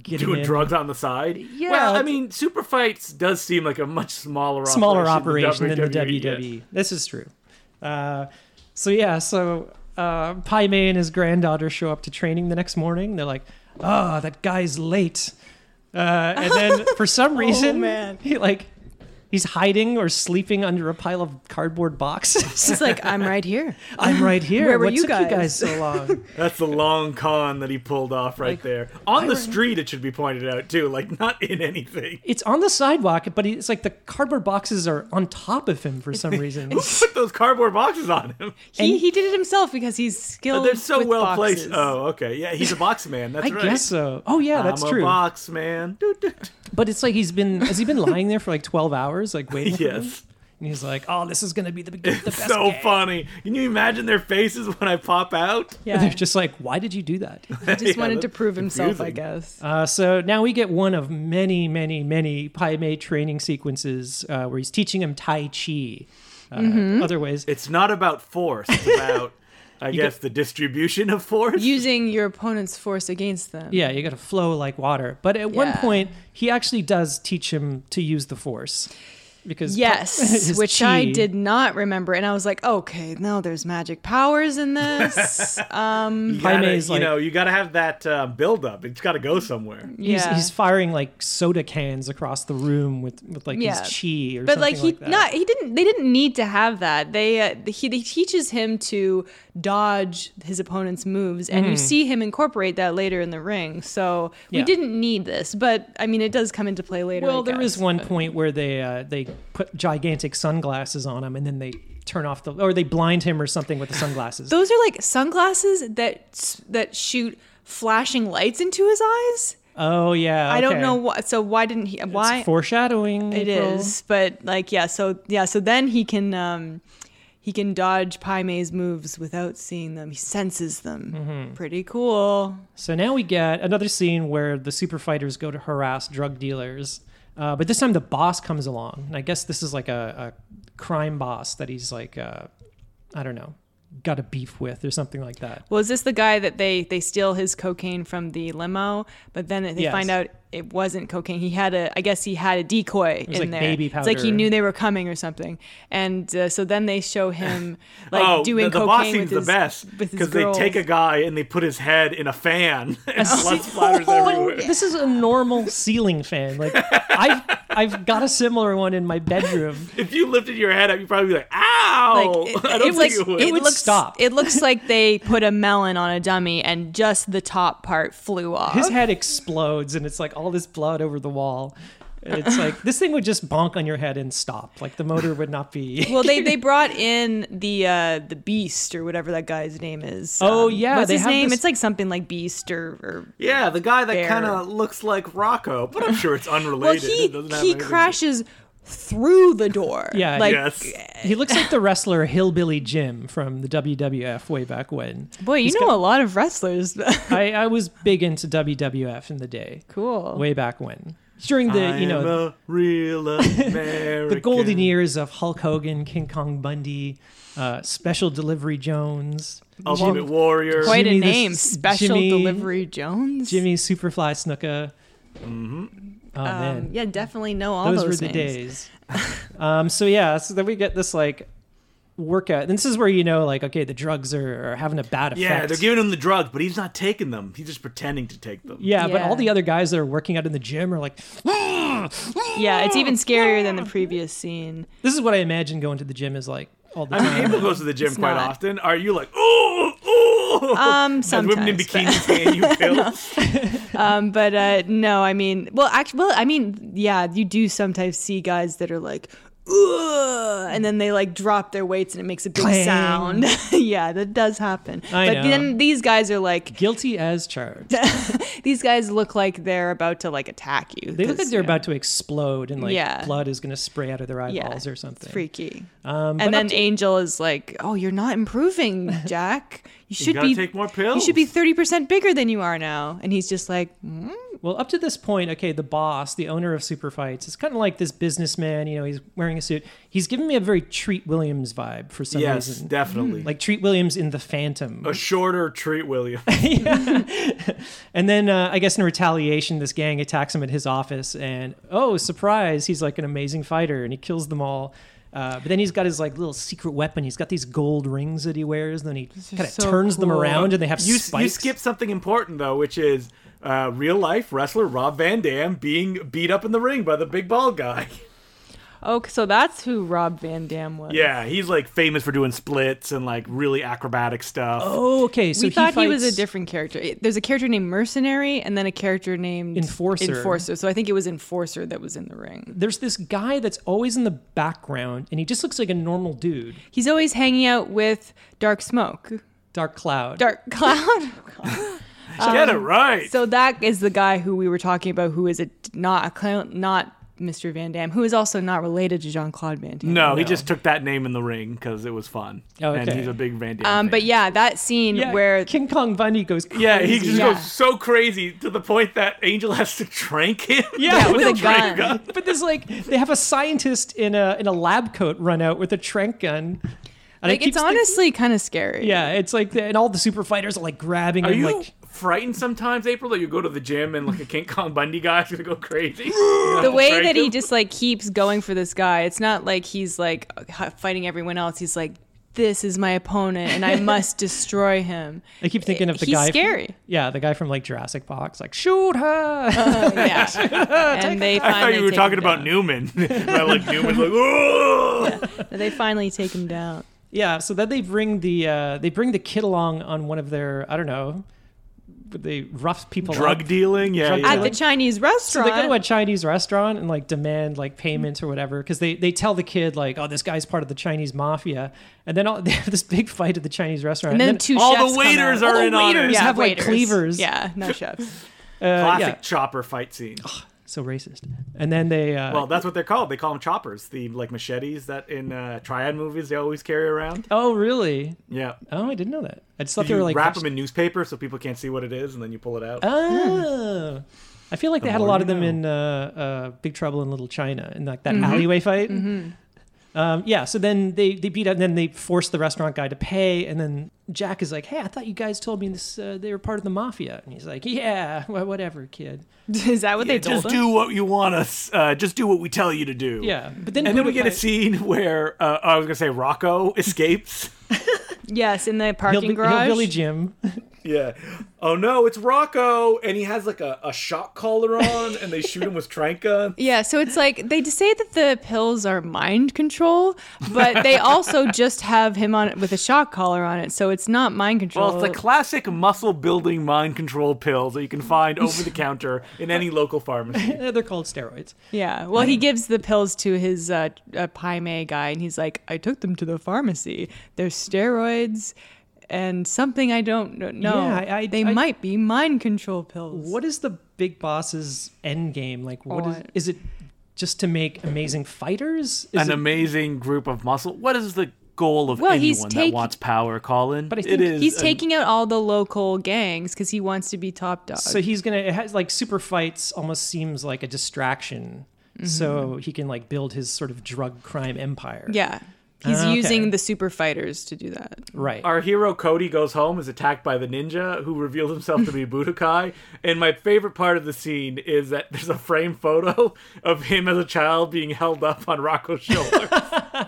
[SPEAKER 3] getting
[SPEAKER 2] Doing
[SPEAKER 3] in-
[SPEAKER 2] drugs on the side.
[SPEAKER 3] Yeah.
[SPEAKER 2] Well, I mean, super fights does seem like a much smaller,
[SPEAKER 3] smaller
[SPEAKER 2] operation,
[SPEAKER 3] operation than the E.
[SPEAKER 2] WWE, E, yes.
[SPEAKER 3] WWE. This is true. Uh, so yeah, so uh, Pai Mei and his granddaughter show up to training the next morning. They're like, "Oh, that guy's late," uh, and then for some reason,
[SPEAKER 1] man.
[SPEAKER 3] he like he's hiding or sleeping under a pile of cardboard boxes.
[SPEAKER 1] She's like, I'm right here.
[SPEAKER 3] I'm right here.
[SPEAKER 1] Where were
[SPEAKER 3] what
[SPEAKER 1] you
[SPEAKER 3] took you guys
[SPEAKER 1] guys?
[SPEAKER 3] so long?
[SPEAKER 2] That's the long con that he pulled off right there. On the street, it should be pointed out, too. Like, not in anything.
[SPEAKER 3] It's on the sidewalk, but it's like the cardboard boxes are on top of him for some reason.
[SPEAKER 2] Put those cardboard boxes on him.
[SPEAKER 1] He, he did it himself because he's skilled.
[SPEAKER 2] They're so
[SPEAKER 1] with
[SPEAKER 2] well
[SPEAKER 1] boxes.
[SPEAKER 2] placed. Oh, okay. Yeah, he's a box man. That's
[SPEAKER 3] I
[SPEAKER 2] right.
[SPEAKER 3] guess so. Oh yeah, that's
[SPEAKER 2] I'm
[SPEAKER 3] true.
[SPEAKER 2] a box man. Doo, doo, doo.
[SPEAKER 3] But it's like he's been has he been lying there for like twelve hours, like waiting? for them?
[SPEAKER 2] Yes.
[SPEAKER 3] And he's like, "Oh, this is gonna be the, be- the best."
[SPEAKER 2] So
[SPEAKER 3] game."
[SPEAKER 2] funny. Can you imagine their faces when I pop out?
[SPEAKER 1] Yeah.
[SPEAKER 3] They're just like, "Why did you do that?"
[SPEAKER 1] He just
[SPEAKER 2] Yeah,
[SPEAKER 1] wanted to
[SPEAKER 2] that's
[SPEAKER 1] prove himself, I
[SPEAKER 2] confusing.
[SPEAKER 1] guess.
[SPEAKER 3] Uh, so now we get one of many, many, many Pai Mei training sequences uh, where he's teaching him Tai Chi. Uh,
[SPEAKER 1] Mm-hmm.
[SPEAKER 3] Other ways,
[SPEAKER 2] It's not about force. It's about, I guess, the distribution of force.
[SPEAKER 1] Using your opponent's force against them.
[SPEAKER 3] yeah, you got to flow like water. But at one
[SPEAKER 1] Yeah.
[SPEAKER 3] point, he actually does teach him to use the force because Pa-
[SPEAKER 1] Yes,
[SPEAKER 3] his
[SPEAKER 1] which
[SPEAKER 3] chi-
[SPEAKER 1] I did not remember, and I was like, okay, now there's magic powers in this. um,
[SPEAKER 2] You, gotta,
[SPEAKER 3] Jaime's
[SPEAKER 2] you
[SPEAKER 3] like-
[SPEAKER 2] know, you got to have that uh, build up. It's got to go somewhere.
[SPEAKER 3] He's,
[SPEAKER 1] yeah.
[SPEAKER 3] he's firing like soda cans across the room with, with like
[SPEAKER 1] Yeah.
[SPEAKER 3] his chi or
[SPEAKER 1] but
[SPEAKER 3] something
[SPEAKER 1] like he
[SPEAKER 3] that.
[SPEAKER 1] not he didn't they didn't need to have that they uh, he, he teaches him to dodge his opponent's moves and you see him incorporate that later in the ring so
[SPEAKER 3] Hmm. Yeah.
[SPEAKER 1] we didn't need this but i mean it does come into play later
[SPEAKER 3] Well,
[SPEAKER 1] I
[SPEAKER 3] there is
[SPEAKER 1] guess,
[SPEAKER 3] one
[SPEAKER 1] but-
[SPEAKER 3] point where they uh, they put gigantic sunglasses on him, and then they turn off the or they blind him or something with the sunglasses.
[SPEAKER 1] those are like sunglasses that s- that shoot flashing lights into his eyes
[SPEAKER 3] oh yeah,
[SPEAKER 1] i don't
[SPEAKER 3] okay.
[SPEAKER 1] know why so why didn't he
[SPEAKER 3] It's
[SPEAKER 1] why
[SPEAKER 3] foreshadowing?
[SPEAKER 1] It
[SPEAKER 3] April.
[SPEAKER 1] is, but like yeah, so yeah, so then he can um he can dodge Pai Mei's moves without seeing them. He senses them.
[SPEAKER 2] Mm-hmm.
[SPEAKER 1] Pretty cool.
[SPEAKER 3] So now we get another scene where the super fighters go to harass drug dealers, uh, but this time the boss comes along, and I guess this is like a, a crime boss that he's like, uh, I don't know, got a beef with or something like that.
[SPEAKER 1] Well, is this the guy that they they steal his cocaine from the limo, but then they
[SPEAKER 3] Yes.
[SPEAKER 1] find out it wasn't cocaine. He had a I guess he had a decoy
[SPEAKER 3] was
[SPEAKER 1] in
[SPEAKER 3] like
[SPEAKER 1] there.
[SPEAKER 3] baby
[SPEAKER 1] It's like he
[SPEAKER 3] powder.
[SPEAKER 1] knew they were coming or something. And uh, so then they show him like
[SPEAKER 2] oh,
[SPEAKER 1] doing
[SPEAKER 2] the, the
[SPEAKER 1] cocaine
[SPEAKER 2] boss seems
[SPEAKER 1] with
[SPEAKER 2] the
[SPEAKER 1] his,
[SPEAKER 2] best
[SPEAKER 1] with his
[SPEAKER 2] because they take
[SPEAKER 1] girls.
[SPEAKER 2] a guy and they put his head in a fan and blood splatters
[SPEAKER 1] Oh,
[SPEAKER 2] everywhere.
[SPEAKER 3] This is a normal ceiling fan. Like I've I've got a similar one in my bedroom.
[SPEAKER 2] If you lifted your head up, you'd probably be like,
[SPEAKER 3] Oh,
[SPEAKER 2] "Ow!"
[SPEAKER 1] Like, it,
[SPEAKER 2] I don't
[SPEAKER 1] it
[SPEAKER 2] think
[SPEAKER 1] looks,
[SPEAKER 2] it would.
[SPEAKER 1] it
[SPEAKER 3] would
[SPEAKER 1] looks-
[SPEAKER 3] stop.
[SPEAKER 1] It looks like they put a melon on a dummy and just the top part flew off.
[SPEAKER 3] His head explodes and it's like all this blood over the wall. And it's like this thing would just bonk on your head and stop. Like the motor would not be.
[SPEAKER 1] well, they, they brought in the uh, the beast or whatever that guy's name is. Um,
[SPEAKER 3] Oh, yeah,
[SPEAKER 1] what's
[SPEAKER 3] they
[SPEAKER 1] his
[SPEAKER 3] have
[SPEAKER 1] name?
[SPEAKER 3] this-
[SPEAKER 1] It's like something like beast or. or
[SPEAKER 2] yeah, the guy that
[SPEAKER 1] Bear.
[SPEAKER 2] kind of looks like Rocco, but I'm sure it's
[SPEAKER 1] well,
[SPEAKER 2] unrelated. It
[SPEAKER 1] he
[SPEAKER 2] doesn't have
[SPEAKER 1] he
[SPEAKER 2] anything to-
[SPEAKER 1] crashes through the door.
[SPEAKER 3] Yeah,
[SPEAKER 1] like
[SPEAKER 2] yes.
[SPEAKER 3] He looks like the wrestler Hillbilly Jim from the WWF way back when.
[SPEAKER 1] boy, you
[SPEAKER 3] He's
[SPEAKER 1] know a lot of wrestlers.
[SPEAKER 3] I, I was big into WWF in the day,
[SPEAKER 1] cool.
[SPEAKER 3] way back when. During the
[SPEAKER 2] I
[SPEAKER 3] you know
[SPEAKER 2] am a real American.
[SPEAKER 3] the golden years of Hulk Hogan, King Kong Bundy, uh, Special Delivery Jones,
[SPEAKER 2] Ultimate Warrior.
[SPEAKER 1] Quite
[SPEAKER 3] Jimmy
[SPEAKER 1] a
[SPEAKER 3] the
[SPEAKER 1] name,
[SPEAKER 3] S-
[SPEAKER 1] Special
[SPEAKER 3] Jimmy-
[SPEAKER 1] Delivery Jones.
[SPEAKER 3] Jimmy Superfly Snuka. Mm-hmm. Oh
[SPEAKER 1] Um,
[SPEAKER 3] man,
[SPEAKER 1] yeah, definitely know all
[SPEAKER 3] those,
[SPEAKER 1] those,
[SPEAKER 3] were the
[SPEAKER 1] names.
[SPEAKER 3] days. um, so yeah, so then we get this like workout, and this is where you know like okay, the drugs are, are having a bad effect.
[SPEAKER 2] Yeah, they're giving him the drugs, but he's not taking them. He's just pretending to take them.
[SPEAKER 3] yeah, but
[SPEAKER 1] Yeah.
[SPEAKER 3] all the other guys that are working out in the gym are like,
[SPEAKER 1] Yeah, it's even scarier than the previous scene.
[SPEAKER 3] this is what I imagine going to the gym is like all the
[SPEAKER 2] I mean,
[SPEAKER 3] time.
[SPEAKER 2] April goes to the gym
[SPEAKER 1] It's
[SPEAKER 2] quite
[SPEAKER 1] not.
[SPEAKER 2] often. Are you like, ooh, ooh?
[SPEAKER 1] Um,
[SPEAKER 2] As women in
[SPEAKER 1] sometimes,
[SPEAKER 2] bikinis hand you pills.
[SPEAKER 1] Um, but uh, no, I mean, well, actually, well, I mean, yeah, you do sometimes see guys that are like, Ugh, and then they like drop their weights and it makes a big
[SPEAKER 3] Clang.
[SPEAKER 1] sound. yeah, that does happen.
[SPEAKER 3] I
[SPEAKER 1] but
[SPEAKER 3] know.
[SPEAKER 1] then these guys are like,
[SPEAKER 3] Guilty as charged.
[SPEAKER 1] these guys look like they're about to like attack you.
[SPEAKER 3] They look
[SPEAKER 1] 'cause,
[SPEAKER 3] like they're
[SPEAKER 1] you know,
[SPEAKER 3] about to explode and like
[SPEAKER 1] Yeah.
[SPEAKER 3] blood is going to spray out of their eyeballs or something.
[SPEAKER 1] It's freaky.
[SPEAKER 3] Um, but up
[SPEAKER 1] and then
[SPEAKER 3] to-
[SPEAKER 1] Angel is like, "Oh, you're not improving, Jack. You should
[SPEAKER 2] gotta
[SPEAKER 1] be
[SPEAKER 2] take more
[SPEAKER 1] You should be
[SPEAKER 2] pills."
[SPEAKER 1] thirty percent bigger than you are now." And he's just like, "Mm,
[SPEAKER 3] Well, up to this point, okay, the boss, the owner of Super Fights, is kind of like this businessman. You know, he's wearing a suit. He's giving me a very Treat Williams vibe for some
[SPEAKER 2] yes,
[SPEAKER 3] reason.
[SPEAKER 2] definitely.
[SPEAKER 1] Mm.
[SPEAKER 3] Like Treat Williams in The Phantom.
[SPEAKER 2] a shorter treat, William.
[SPEAKER 3] And then uh, I guess in retaliation, this gang attacks him at his office, and oh, surprise, he's like an amazing fighter, and he kills them all. Uh, but then he's got his like little secret weapon. He's got these gold rings that he wears. And then he kind of
[SPEAKER 1] so
[SPEAKER 3] turns them
[SPEAKER 1] cool.
[SPEAKER 3] around, and they have
[SPEAKER 2] You,
[SPEAKER 3] spikes.
[SPEAKER 2] you skip something important though, which is uh, real life wrestler Rob Van Dam being beat up in the ring by the big bald guy.
[SPEAKER 1] "Oh, so that's who Rob Van Dam was."
[SPEAKER 2] Yeah, he's like famous for doing splits and like really acrobatic stuff.
[SPEAKER 3] Oh, okay. So
[SPEAKER 1] we thought he, was a
[SPEAKER 3] fights-
[SPEAKER 1] different character. It- There's a character named Mercenary and then a character named
[SPEAKER 3] Enforcer.
[SPEAKER 1] Enforcer. So I think it was Enforcer that was in the ring.
[SPEAKER 3] There's this guy that's always in the background, and he just looks like a normal dude.
[SPEAKER 1] He's always hanging out with Dark Smoke,
[SPEAKER 3] Dark Cloud.
[SPEAKER 1] Dark Cloud.
[SPEAKER 3] Oh,
[SPEAKER 2] Get
[SPEAKER 3] um,
[SPEAKER 2] it right.
[SPEAKER 1] so that is the guy who we were talking about, who is a not a clown, not Mr. Van Dam, who is also not related to Jean Claude Van Damme.
[SPEAKER 2] no, he
[SPEAKER 3] No.
[SPEAKER 2] just took that name in the ring because it was fun,
[SPEAKER 3] Oh,
[SPEAKER 2] and
[SPEAKER 3] okay.
[SPEAKER 2] he's a big Van Dam.
[SPEAKER 1] Um,
[SPEAKER 2] fan.
[SPEAKER 1] but yeah, that scene
[SPEAKER 3] Yeah,
[SPEAKER 1] where
[SPEAKER 3] King Kong Bundy goes. Crazy.
[SPEAKER 2] Yeah, he just
[SPEAKER 1] Yeah.
[SPEAKER 2] goes so crazy to the point that Angel has to trank him.
[SPEAKER 3] Yeah,
[SPEAKER 1] with a
[SPEAKER 2] trank
[SPEAKER 1] gun.
[SPEAKER 3] but there's like they have a scientist in a in a lab coat run out with a trank gun. And I
[SPEAKER 1] like
[SPEAKER 3] keep
[SPEAKER 1] it's
[SPEAKER 3] think-
[SPEAKER 1] honestly kind of scary.
[SPEAKER 3] yeah, it's like and all the super fighters are like grabbing
[SPEAKER 2] Are
[SPEAKER 3] him.
[SPEAKER 2] you
[SPEAKER 3] Like
[SPEAKER 2] frightened sometimes, April, that you go to the gym and like a King Kong Bundy guy's gonna go crazy?
[SPEAKER 1] the way
[SPEAKER 2] Trank
[SPEAKER 1] that he
[SPEAKER 2] him?
[SPEAKER 1] just like keeps going for this guy. It's not like he's like h- fighting everyone else. He's like, this is my opponent, and I must destroy him.
[SPEAKER 3] I keep thinking of the
[SPEAKER 1] He's
[SPEAKER 3] guy. from-
[SPEAKER 1] scary.
[SPEAKER 3] yeah, the guy from like Jurassic Park. It's like shoot her.
[SPEAKER 1] Um, yeah, and they finally
[SPEAKER 2] I thought you were
[SPEAKER 1] take
[SPEAKER 2] talking
[SPEAKER 1] him
[SPEAKER 2] about
[SPEAKER 1] down.
[SPEAKER 2] Newman. I like Newman's like, oh.
[SPEAKER 1] They finally take him down.
[SPEAKER 3] yeah, so then they bring the uh, they bring the kid along on one of their I don't know, they rough people
[SPEAKER 2] drug
[SPEAKER 3] up.
[SPEAKER 2] dealing. Yeah,
[SPEAKER 3] Drug
[SPEAKER 2] yeah.
[SPEAKER 1] At the Chinese
[SPEAKER 3] So
[SPEAKER 1] restaurant.
[SPEAKER 3] they go to a Chinese restaurant and like demand like payments or whatever because they they tell the kid like oh this guy's part of the Chinese mafia and then all, they have this big fight at the Chinese restaurant
[SPEAKER 1] and then two
[SPEAKER 2] all
[SPEAKER 1] chefs
[SPEAKER 2] the
[SPEAKER 1] come
[SPEAKER 2] waiters
[SPEAKER 1] out.
[SPEAKER 2] are in on it.
[SPEAKER 3] waiters
[SPEAKER 1] yeah,
[SPEAKER 3] have, like,
[SPEAKER 1] waiters.
[SPEAKER 3] cleavers.
[SPEAKER 1] Yeah, no chefs.
[SPEAKER 3] uh,
[SPEAKER 2] Classic
[SPEAKER 3] yeah,
[SPEAKER 2] chopper fight scene.
[SPEAKER 3] so racist and then they uh,
[SPEAKER 2] Well, that's what they're called. They call them choppers. The like machetes that in uh, triad movies they always carry around.
[SPEAKER 3] oh really
[SPEAKER 2] Yeah,
[SPEAKER 3] oh I didn't know that I just thought they
[SPEAKER 2] you
[SPEAKER 3] were like
[SPEAKER 2] wrap them in newspaper so people can't see what it is, and then you pull it out.
[SPEAKER 3] oh I feel like they had
[SPEAKER 2] Hmm.
[SPEAKER 3] a
[SPEAKER 2] more
[SPEAKER 3] lot
[SPEAKER 2] you
[SPEAKER 3] of them
[SPEAKER 2] know.
[SPEAKER 3] in uh, uh, Big Trouble in Little China in like that alleyway fight. Um, yeah, so then they, they beat up, and then they force the restaurant guy to pay, and then Jack is like, "Hey, I thought you guys told me this uh, they were part of the mafia," and he's like, "Yeah, wha- whatever, kid."
[SPEAKER 1] Is that what they told
[SPEAKER 2] just
[SPEAKER 1] him?
[SPEAKER 2] do what you want us. Uh, just do what we tell you to do.
[SPEAKER 3] Yeah, but then
[SPEAKER 2] And then we get a
[SPEAKER 3] Budokai-
[SPEAKER 2] scene where uh, I was gonna say Rocco escapes.
[SPEAKER 1] Yes, in the parking
[SPEAKER 3] Hillbi-
[SPEAKER 1] garage.
[SPEAKER 3] Hillbilly Jim.
[SPEAKER 2] Yeah. Oh no, it's Rocco, and he has like a, a shock collar on, and they shoot him with trank gun.
[SPEAKER 1] Yeah, so it's like they just say that the pills are mind control, but they also just have him on it with a shock collar on it, so it's not mind control.
[SPEAKER 2] Well, it's the classic muscle building mind control pills that you can find over the counter in any local pharmacy.
[SPEAKER 3] Eh, They're called steroids.
[SPEAKER 1] yeah, well, he gives the pills to his uh, uh, Pai Mei guy, and he's like, "I took them to the pharmacy. They're steroids." And something I don't kn- know.
[SPEAKER 3] Yeah, I- I-
[SPEAKER 1] they
[SPEAKER 3] I-
[SPEAKER 1] might be mind control pills.
[SPEAKER 3] What is the big boss's end game? Like, What is
[SPEAKER 1] Oh, I-
[SPEAKER 3] is it? just to make amazing fighters? Is
[SPEAKER 2] An
[SPEAKER 3] it-
[SPEAKER 2] amazing group of muscle. What is the goal of
[SPEAKER 1] Well, he's
[SPEAKER 2] anyone
[SPEAKER 1] take-
[SPEAKER 2] that wants power, Colin?
[SPEAKER 3] But I
[SPEAKER 2] it
[SPEAKER 3] think
[SPEAKER 2] is
[SPEAKER 1] He's
[SPEAKER 2] a-
[SPEAKER 1] taking out all the local gangs because he wants to be top dog.
[SPEAKER 3] so he's gonna it has like super fights almost seems like a distraction
[SPEAKER 1] Mm-hmm.
[SPEAKER 3] so he can like build his sort of drug crime empire
[SPEAKER 1] yeah. He's
[SPEAKER 3] Ah, okay.
[SPEAKER 1] using the super fighters to do that.
[SPEAKER 3] right
[SPEAKER 2] Our hero Cody goes home, is attacked by the ninja, who reveals himself to be Budokai. And my favorite part of the scene is that there's a frame photo of him as a child being held up on Rocco's shoulder.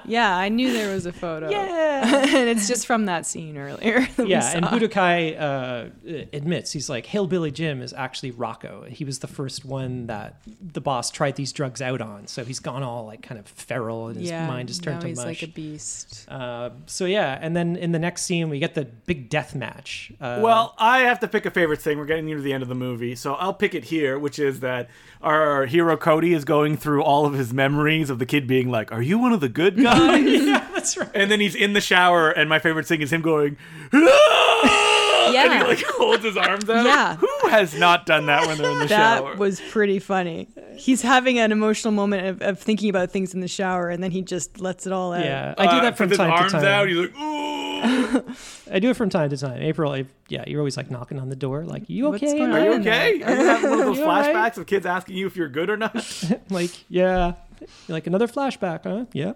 [SPEAKER 1] Yeah, I knew there was a photo.
[SPEAKER 3] yeah
[SPEAKER 1] and it's just from that scene earlier. that we
[SPEAKER 3] yeah and
[SPEAKER 1] saw.
[SPEAKER 3] budokai uh, admits he's like hillbilly jim is actually rocco he was the first one that the boss tried these drugs out on so he's gone all like kind of feral and his mind just turned
[SPEAKER 1] now
[SPEAKER 3] to
[SPEAKER 1] he's
[SPEAKER 3] mush
[SPEAKER 1] like a beast.
[SPEAKER 3] uh, so yeah and then in the next scene we get the big death match uh,
[SPEAKER 2] Well, I have to pick a favorite thing. We're getting near the end of the movie, so I'll pick it here, which is that our hero Cody is going through all of his memories of the kid being like, "Are you one of the good guys?"
[SPEAKER 3] yeah that's right
[SPEAKER 2] and then he's in the shower, and my favorite thing is him going, "Ah!" and he
[SPEAKER 1] Yeah.
[SPEAKER 2] like holds his arms out.
[SPEAKER 1] Yeah.
[SPEAKER 2] who has not done that when they're in the
[SPEAKER 1] That
[SPEAKER 2] shower?
[SPEAKER 1] was pretty funny. He's having an emotional moment of, of thinking about things in the shower, and then he just lets it all out.
[SPEAKER 3] yeah i do
[SPEAKER 2] Uh,
[SPEAKER 3] that from
[SPEAKER 2] puts his
[SPEAKER 3] time to
[SPEAKER 2] arms
[SPEAKER 3] time
[SPEAKER 2] Out, he's like, "Ooh,
[SPEAKER 3] I do it from time to time. April, I, yeah, you're always like knocking on the door, like, "You
[SPEAKER 1] What's
[SPEAKER 3] okay?"
[SPEAKER 1] going
[SPEAKER 3] And
[SPEAKER 1] on?
[SPEAKER 2] are
[SPEAKER 1] I
[SPEAKER 2] you
[SPEAKER 1] don't know.
[SPEAKER 2] okay?" Are you having one of those
[SPEAKER 3] You all right?
[SPEAKER 2] flashbacks of kids asking you if you're good or not?
[SPEAKER 3] I'm like, yeah, You're like another flashback, huh? Yeah.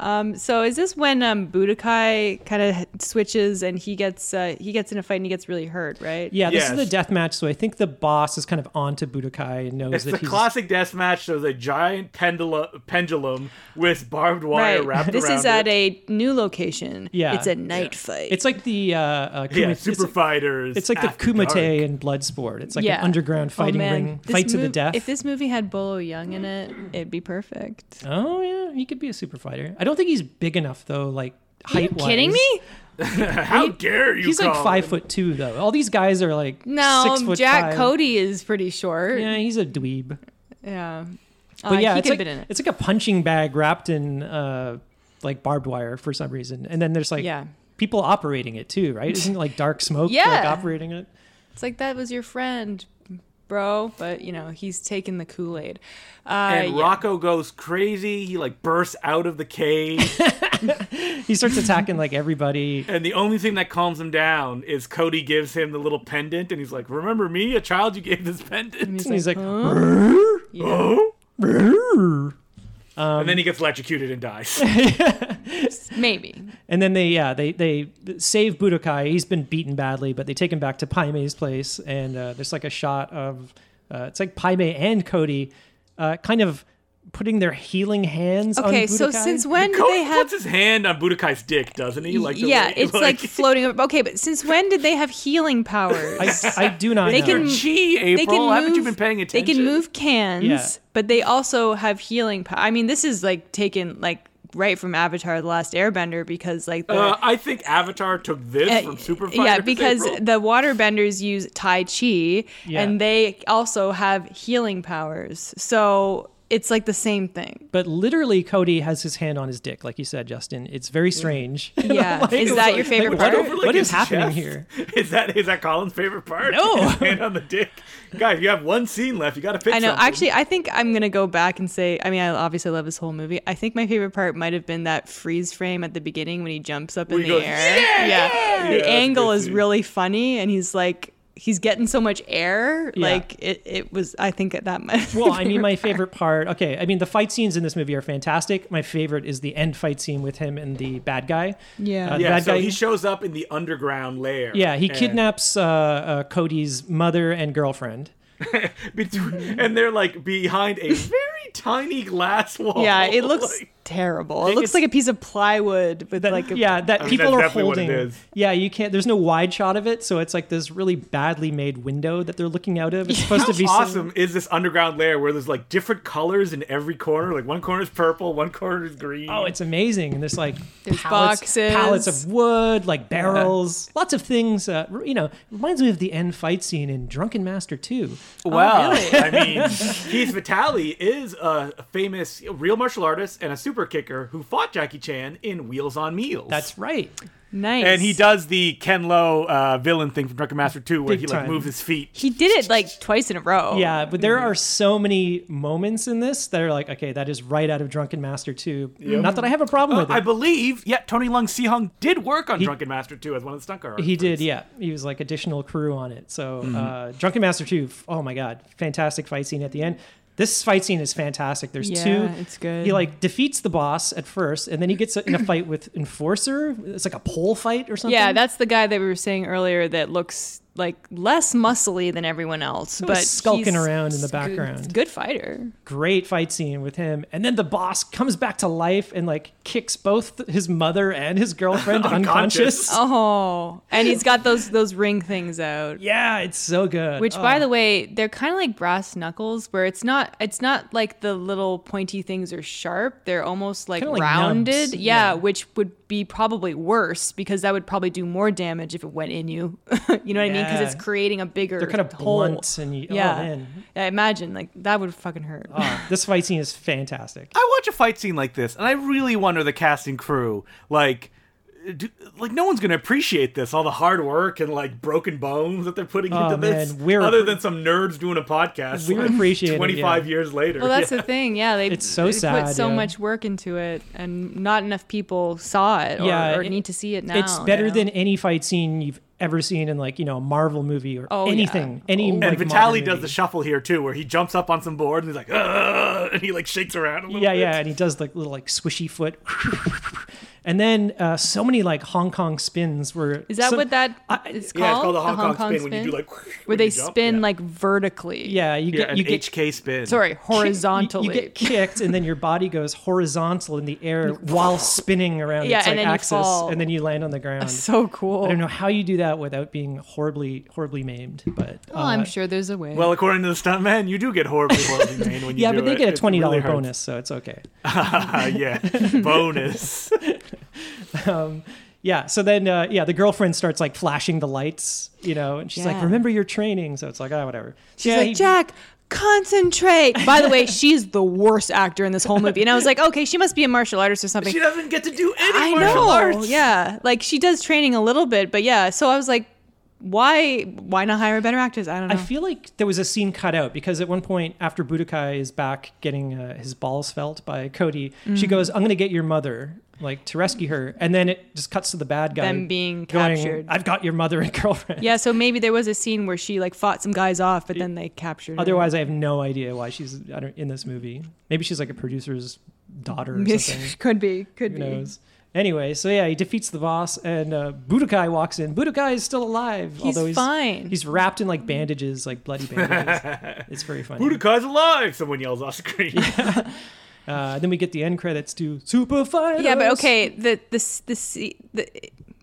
[SPEAKER 1] Um, so is this when um, Budokai kind of switches and he gets uh, he gets in a fight and he gets really hurt, right?
[SPEAKER 3] Yeah, this is
[SPEAKER 2] Yes.
[SPEAKER 3] the death match, so I think the boss is kind of onto Budokai and knows
[SPEAKER 2] It's
[SPEAKER 3] that
[SPEAKER 2] the
[SPEAKER 3] he's
[SPEAKER 2] classic death match. There's a giant pendula- pendulum with barbed wire wrapped
[SPEAKER 1] This
[SPEAKER 2] around
[SPEAKER 1] is at
[SPEAKER 2] it.
[SPEAKER 1] a new location.
[SPEAKER 3] Yeah.
[SPEAKER 1] It's a night fight.
[SPEAKER 3] It's like the uh, uh Kuma-
[SPEAKER 2] yeah,
[SPEAKER 3] it's,
[SPEAKER 2] super fighters.
[SPEAKER 3] it's like the
[SPEAKER 2] after
[SPEAKER 3] Kumite
[SPEAKER 2] dark.
[SPEAKER 3] and Bloodsport. It's like an underground
[SPEAKER 1] Oh,
[SPEAKER 3] fighting
[SPEAKER 1] man.
[SPEAKER 3] ring,
[SPEAKER 1] This
[SPEAKER 3] fight to the
[SPEAKER 1] mov-
[SPEAKER 3] death.
[SPEAKER 1] If this movie had Bolo Young in it, it'd be perfect.
[SPEAKER 3] oh yeah, he could be a super fighter. I don't think he's big enough though. Like,
[SPEAKER 1] Are you
[SPEAKER 3] height
[SPEAKER 1] kidding me?
[SPEAKER 2] How dare you?
[SPEAKER 3] He's like
[SPEAKER 2] Colin?
[SPEAKER 3] five foot two though. All these guys are like six
[SPEAKER 1] No,
[SPEAKER 3] foot
[SPEAKER 1] Jack
[SPEAKER 3] five.
[SPEAKER 1] Cody is pretty short. Yeah.
[SPEAKER 3] Yeah, he's a dweeb.
[SPEAKER 1] Uh,
[SPEAKER 3] but yeah,
[SPEAKER 1] he
[SPEAKER 3] it's
[SPEAKER 1] could have
[SPEAKER 3] like,
[SPEAKER 1] been in it.
[SPEAKER 3] it's like a punching bag wrapped in uh, like barbed wire for some reason, and then there's like
[SPEAKER 1] Yeah.
[SPEAKER 3] people operating it too, right? Isn't it like dark smoke like
[SPEAKER 1] Yeah.
[SPEAKER 3] operating it?
[SPEAKER 1] It's like that was your friend, bro. But you know, he's taking the Kool Aid. Uh,
[SPEAKER 2] And
[SPEAKER 1] yeah.
[SPEAKER 2] Rocco goes crazy. He like bursts out of the cave,
[SPEAKER 3] He starts attacking like everybody.
[SPEAKER 2] and the only thing that calms him down is Cody gives him the little pendant, and he's like, "Remember me, a child you gave this pendant."
[SPEAKER 3] And he's like,
[SPEAKER 2] Oh.
[SPEAKER 3] "Brrr."
[SPEAKER 2] and then he gets electrocuted and dies.
[SPEAKER 1] maybe.
[SPEAKER 3] and then they yeah they they save Budokai. He's been beaten badly, but they take him back to Paime's place, and uh, there's like a shot of uh, it's like Paime and Cody, uh, kind of putting their healing hands. on
[SPEAKER 1] Okay, so
[SPEAKER 3] Budokai.
[SPEAKER 1] since when did
[SPEAKER 2] Cody
[SPEAKER 1] they have?
[SPEAKER 2] puts his hand on Budokai's dick, doesn't he? Like, the
[SPEAKER 1] yeah,
[SPEAKER 2] way-
[SPEAKER 1] it's like, floating. Over. Okay, but since when did they have healing powers?
[SPEAKER 3] I, I do not.
[SPEAKER 1] They
[SPEAKER 3] know.
[SPEAKER 2] Your
[SPEAKER 1] can-
[SPEAKER 2] chi, April. Haven't you been paying attention?
[SPEAKER 1] They can move cans,
[SPEAKER 3] Yeah.
[SPEAKER 1] but they also have healing power. I mean, this is like taken like right from Avatar: The Last Airbender because like the.
[SPEAKER 2] Uh, I think Avatar took this
[SPEAKER 1] uh,
[SPEAKER 2] from Super
[SPEAKER 1] yeah,
[SPEAKER 2] Fighters,
[SPEAKER 1] because
[SPEAKER 2] April.
[SPEAKER 1] the waterbenders use Tai Chi
[SPEAKER 3] Yeah.
[SPEAKER 1] and they also have healing powers. So it's like the same thing.
[SPEAKER 3] But literally, Cody has his hand on his dick, like you said, Justin. It's very strange.
[SPEAKER 1] Yeah. is
[SPEAKER 2] It was
[SPEAKER 1] that
[SPEAKER 2] like-
[SPEAKER 1] your favorite part?
[SPEAKER 2] like, right over, like,
[SPEAKER 3] What is
[SPEAKER 2] his
[SPEAKER 3] happening
[SPEAKER 2] chest.
[SPEAKER 3] here?
[SPEAKER 2] Is that is that Colin's favorite part?
[SPEAKER 3] No.
[SPEAKER 2] His hand on the dick. Guys, you have one scene left. You got to pick.
[SPEAKER 1] I know.
[SPEAKER 2] something.
[SPEAKER 1] Actually, I think I'm gonna go back and say. I mean, I obviously love this whole movie. I think my favorite part might have been that freeze frame at the beginning when he jumps up
[SPEAKER 2] Where
[SPEAKER 1] in
[SPEAKER 2] he
[SPEAKER 1] the
[SPEAKER 2] goes,
[SPEAKER 1] air.
[SPEAKER 2] "Yeah!" Yeah,
[SPEAKER 1] the
[SPEAKER 2] that's a
[SPEAKER 1] angle
[SPEAKER 2] good
[SPEAKER 1] is
[SPEAKER 2] scene.
[SPEAKER 1] really funny, and he's like, he's getting so much air.
[SPEAKER 3] Yeah.
[SPEAKER 1] Like it, it was. I think that might.
[SPEAKER 3] Well, I mean, my favorite part. Okay, I mean, the fight scenes in this movie are fantastic. My favorite is the end fight scene with him and the bad guy.
[SPEAKER 1] Yeah.
[SPEAKER 3] Uh, the
[SPEAKER 2] yeah.
[SPEAKER 3] bad
[SPEAKER 2] So
[SPEAKER 3] guy.
[SPEAKER 2] he shows up in the underground lair.
[SPEAKER 3] yeah, he
[SPEAKER 2] and-
[SPEAKER 3] kidnaps uh, uh, Cody's mother and girlfriend.
[SPEAKER 2] between, and they're like behind a very tiny glass wall.
[SPEAKER 1] yeah, it looks
[SPEAKER 2] Like,
[SPEAKER 1] terrible. It
[SPEAKER 3] it's-
[SPEAKER 1] looks like a piece of plywood with like a,
[SPEAKER 3] yeah, that
[SPEAKER 2] mean,
[SPEAKER 3] people
[SPEAKER 2] that's
[SPEAKER 3] are
[SPEAKER 2] definitely what it
[SPEAKER 3] holding.
[SPEAKER 2] is.
[SPEAKER 3] Yeah, you can't. There's no wide shot of it, so it's like this really badly made window that they're looking out of. It's supposed to be
[SPEAKER 2] how
[SPEAKER 3] some-
[SPEAKER 2] awesome is this underground lair where there's like different colors in every corner? Like one corner is purple, one corner is green.
[SPEAKER 3] Oh, it's amazing. And there's like
[SPEAKER 1] There's
[SPEAKER 3] pallets,
[SPEAKER 1] boxes.
[SPEAKER 3] pallets of wood, like barrels, lots of things. Uh, you know, reminds me of the end fight scene in Drunken Master 2.
[SPEAKER 2] Wow. I mean, Keith Vitale is a famous real martial artist and a super kicker who fought Jackie Chan in Wheels on Meals.
[SPEAKER 3] That's right.
[SPEAKER 1] Nice.
[SPEAKER 2] And he does the Ken Lo uh, villain thing from Drunken Master 2 where
[SPEAKER 3] Big
[SPEAKER 2] he like
[SPEAKER 3] time.
[SPEAKER 2] moves his feet.
[SPEAKER 1] He did it like twice in a row.
[SPEAKER 3] Yeah, but there
[SPEAKER 2] Mm-hmm.
[SPEAKER 3] are so many moments in this that are like, okay, that is right out of Drunken Master 2. Not that I have a problem with it.
[SPEAKER 2] Uh, I believe, yeah, Tony Lung Si Hung did work on
[SPEAKER 3] He-
[SPEAKER 2] Drunken Master 2 as one of the stunt car
[SPEAKER 3] He did, yeah. He was like additional crew on it. So, uh, Drunken Master 2, f- oh my God, fantastic fight scene at the end. This fight scene is fantastic. There's
[SPEAKER 1] Yeah,
[SPEAKER 3] two.
[SPEAKER 1] it's good.
[SPEAKER 3] He like defeats the boss at first, and then he gets in a fight with Enforcer. It's like a pole fight or something.
[SPEAKER 1] Yeah, that's the guy that we were saying earlier that looks like less muscly than everyone else,
[SPEAKER 3] Kinda
[SPEAKER 1] but
[SPEAKER 3] skulking
[SPEAKER 1] he's
[SPEAKER 3] around in the
[SPEAKER 1] good-
[SPEAKER 3] background.
[SPEAKER 1] Good fighter.
[SPEAKER 3] great fight scene with him. And then the boss comes back to life and like kicks both th- his mother and his girlfriend
[SPEAKER 2] Unconscious.
[SPEAKER 3] unconscious.
[SPEAKER 1] Oh, and he's got those those ring things out.
[SPEAKER 3] Yeah, it's so good.
[SPEAKER 1] Which,
[SPEAKER 3] Oh,
[SPEAKER 1] by the way, they're kind of like brass knuckles, where it's not it's not like the little pointy things are sharp. They're almost like,
[SPEAKER 3] Kinda like
[SPEAKER 1] rounded.
[SPEAKER 3] nubs,
[SPEAKER 1] Yeah,
[SPEAKER 3] yeah.
[SPEAKER 1] which would be probably worse because that would probably do more damage if it went in you. you know what I mean? Because
[SPEAKER 3] Yeah.
[SPEAKER 1] it's creating a bigger.
[SPEAKER 3] they're kind of
[SPEAKER 1] hole.
[SPEAKER 3] blunt and you,
[SPEAKER 1] yeah.
[SPEAKER 3] oh, man.
[SPEAKER 1] yeah, imagine like that would fucking hurt.
[SPEAKER 3] Oh, this fight scene is fantastic.
[SPEAKER 2] I watch a fight scene like this, and I really wonder the cast and crew, like, do, like no one's gonna appreciate this, all the hard work and like broken bones that they're putting
[SPEAKER 3] Oh,
[SPEAKER 2] into this.
[SPEAKER 3] man, we're-
[SPEAKER 2] other than some nerds doing a podcast,
[SPEAKER 3] We
[SPEAKER 2] like,
[SPEAKER 3] appreciate it,
[SPEAKER 2] 25
[SPEAKER 3] yeah.
[SPEAKER 2] years later.
[SPEAKER 1] Well, that's
[SPEAKER 2] yeah.
[SPEAKER 1] the thing. Yeah, they
[SPEAKER 3] It's so
[SPEAKER 1] they
[SPEAKER 3] sad,
[SPEAKER 1] put so
[SPEAKER 3] yeah.
[SPEAKER 1] much work into it, and not enough people saw it or,
[SPEAKER 3] Yeah,
[SPEAKER 1] or
[SPEAKER 3] it-
[SPEAKER 1] need to see it now.
[SPEAKER 3] It's better
[SPEAKER 1] you know?
[SPEAKER 3] than any fight scene you've ever seen in like, you know, a Marvel movie or
[SPEAKER 1] Oh, yeah.
[SPEAKER 3] anything. Any
[SPEAKER 1] And
[SPEAKER 2] and
[SPEAKER 3] like,
[SPEAKER 2] Vitali
[SPEAKER 3] modern
[SPEAKER 2] does the
[SPEAKER 3] movie.
[SPEAKER 2] shuffle here too, where he jumps up on some board and he's like, Ugh, and he like shakes around a little
[SPEAKER 3] yeah,
[SPEAKER 2] bit.
[SPEAKER 3] yeah, and he does like little like swishy foot. and then uh, so many like Hong Kong spins were
[SPEAKER 1] Is that
[SPEAKER 3] so-
[SPEAKER 1] what that
[SPEAKER 3] I-
[SPEAKER 1] is called?
[SPEAKER 2] Yeah, it's called the Hong, Kong, spin, when you do like
[SPEAKER 1] where
[SPEAKER 2] when
[SPEAKER 1] they
[SPEAKER 2] you jump.
[SPEAKER 1] spin
[SPEAKER 2] Yeah.
[SPEAKER 1] like vertically.
[SPEAKER 3] Yeah, you
[SPEAKER 2] yeah,
[SPEAKER 3] get
[SPEAKER 2] an
[SPEAKER 3] you get
[SPEAKER 2] HK spin.
[SPEAKER 1] Sorry,
[SPEAKER 3] kick- you-
[SPEAKER 1] horizontally.
[SPEAKER 3] You, get kicked, and then your body goes horizontal in the air while spinning around
[SPEAKER 1] Yeah,
[SPEAKER 3] its
[SPEAKER 1] and
[SPEAKER 3] like
[SPEAKER 1] then you
[SPEAKER 3] axis,
[SPEAKER 1] fall.
[SPEAKER 3] and then you land on the ground.
[SPEAKER 1] so cool.
[SPEAKER 3] I don't know how you do that without being horribly, horribly maimed, but
[SPEAKER 1] Well, I'm
[SPEAKER 3] uh,
[SPEAKER 1] sure there's a way.
[SPEAKER 2] Well, according to the stuntman, you do get horribly, horribly maimed when you
[SPEAKER 3] Yeah,
[SPEAKER 2] do
[SPEAKER 3] but they
[SPEAKER 2] it.
[SPEAKER 3] get a
[SPEAKER 2] It
[SPEAKER 3] twenty dollar
[SPEAKER 2] really hurts.
[SPEAKER 3] bonus, so it's okay.
[SPEAKER 2] Uh, yeah, bonus.
[SPEAKER 3] Yeah. So then, uh, yeah, the girlfriend starts like flashing the lights, you know, and she's
[SPEAKER 1] Yeah.
[SPEAKER 3] like, "Remember your training." So it's like, ah, whatever.
[SPEAKER 1] she's
[SPEAKER 3] Yeah,
[SPEAKER 1] like,
[SPEAKER 3] he-
[SPEAKER 1] Jack, concentrate. By the way, she's the worst actor in this whole movie, and I was like, okay, she must be a martial artist or something.
[SPEAKER 2] She doesn't get to do any
[SPEAKER 1] I
[SPEAKER 2] martial
[SPEAKER 1] know.
[SPEAKER 2] arts.
[SPEAKER 1] Yeah, like she does training a little bit, but yeah. So I was like, why? Why not hire a better actress? I don't know.
[SPEAKER 3] I feel like there was a scene cut out because at one point after Budokai is back getting uh, his balls felt by Cody,
[SPEAKER 1] Mm-hmm.
[SPEAKER 3] she goes, "I'm going to get your mother." Like to rescue her, and then it just cuts to the bad guy.
[SPEAKER 1] Them being
[SPEAKER 3] going,
[SPEAKER 1] captured.
[SPEAKER 3] I've got your mother and girlfriend.
[SPEAKER 1] yeah, so maybe there was a scene where she like fought some guys off, but then they captured. her.
[SPEAKER 3] Otherwise, I have no idea why she's I don't, in this movie. Maybe she's like a producer's daughter or something.
[SPEAKER 1] could be, could
[SPEAKER 3] Who
[SPEAKER 1] be.
[SPEAKER 3] knows? Anyway, so yeah, he defeats the boss, and uh, Budokai walks in. Budokai is still alive,
[SPEAKER 1] He's,
[SPEAKER 3] although he's
[SPEAKER 1] fine.
[SPEAKER 3] He's wrapped in like bandages, like bloody bandages. it's very funny.
[SPEAKER 2] Budokai's alive! Someone yells off screen.
[SPEAKER 3] Uh, then we get the end credits to Super Fighters.
[SPEAKER 1] yeah, but okay. The the the se- the.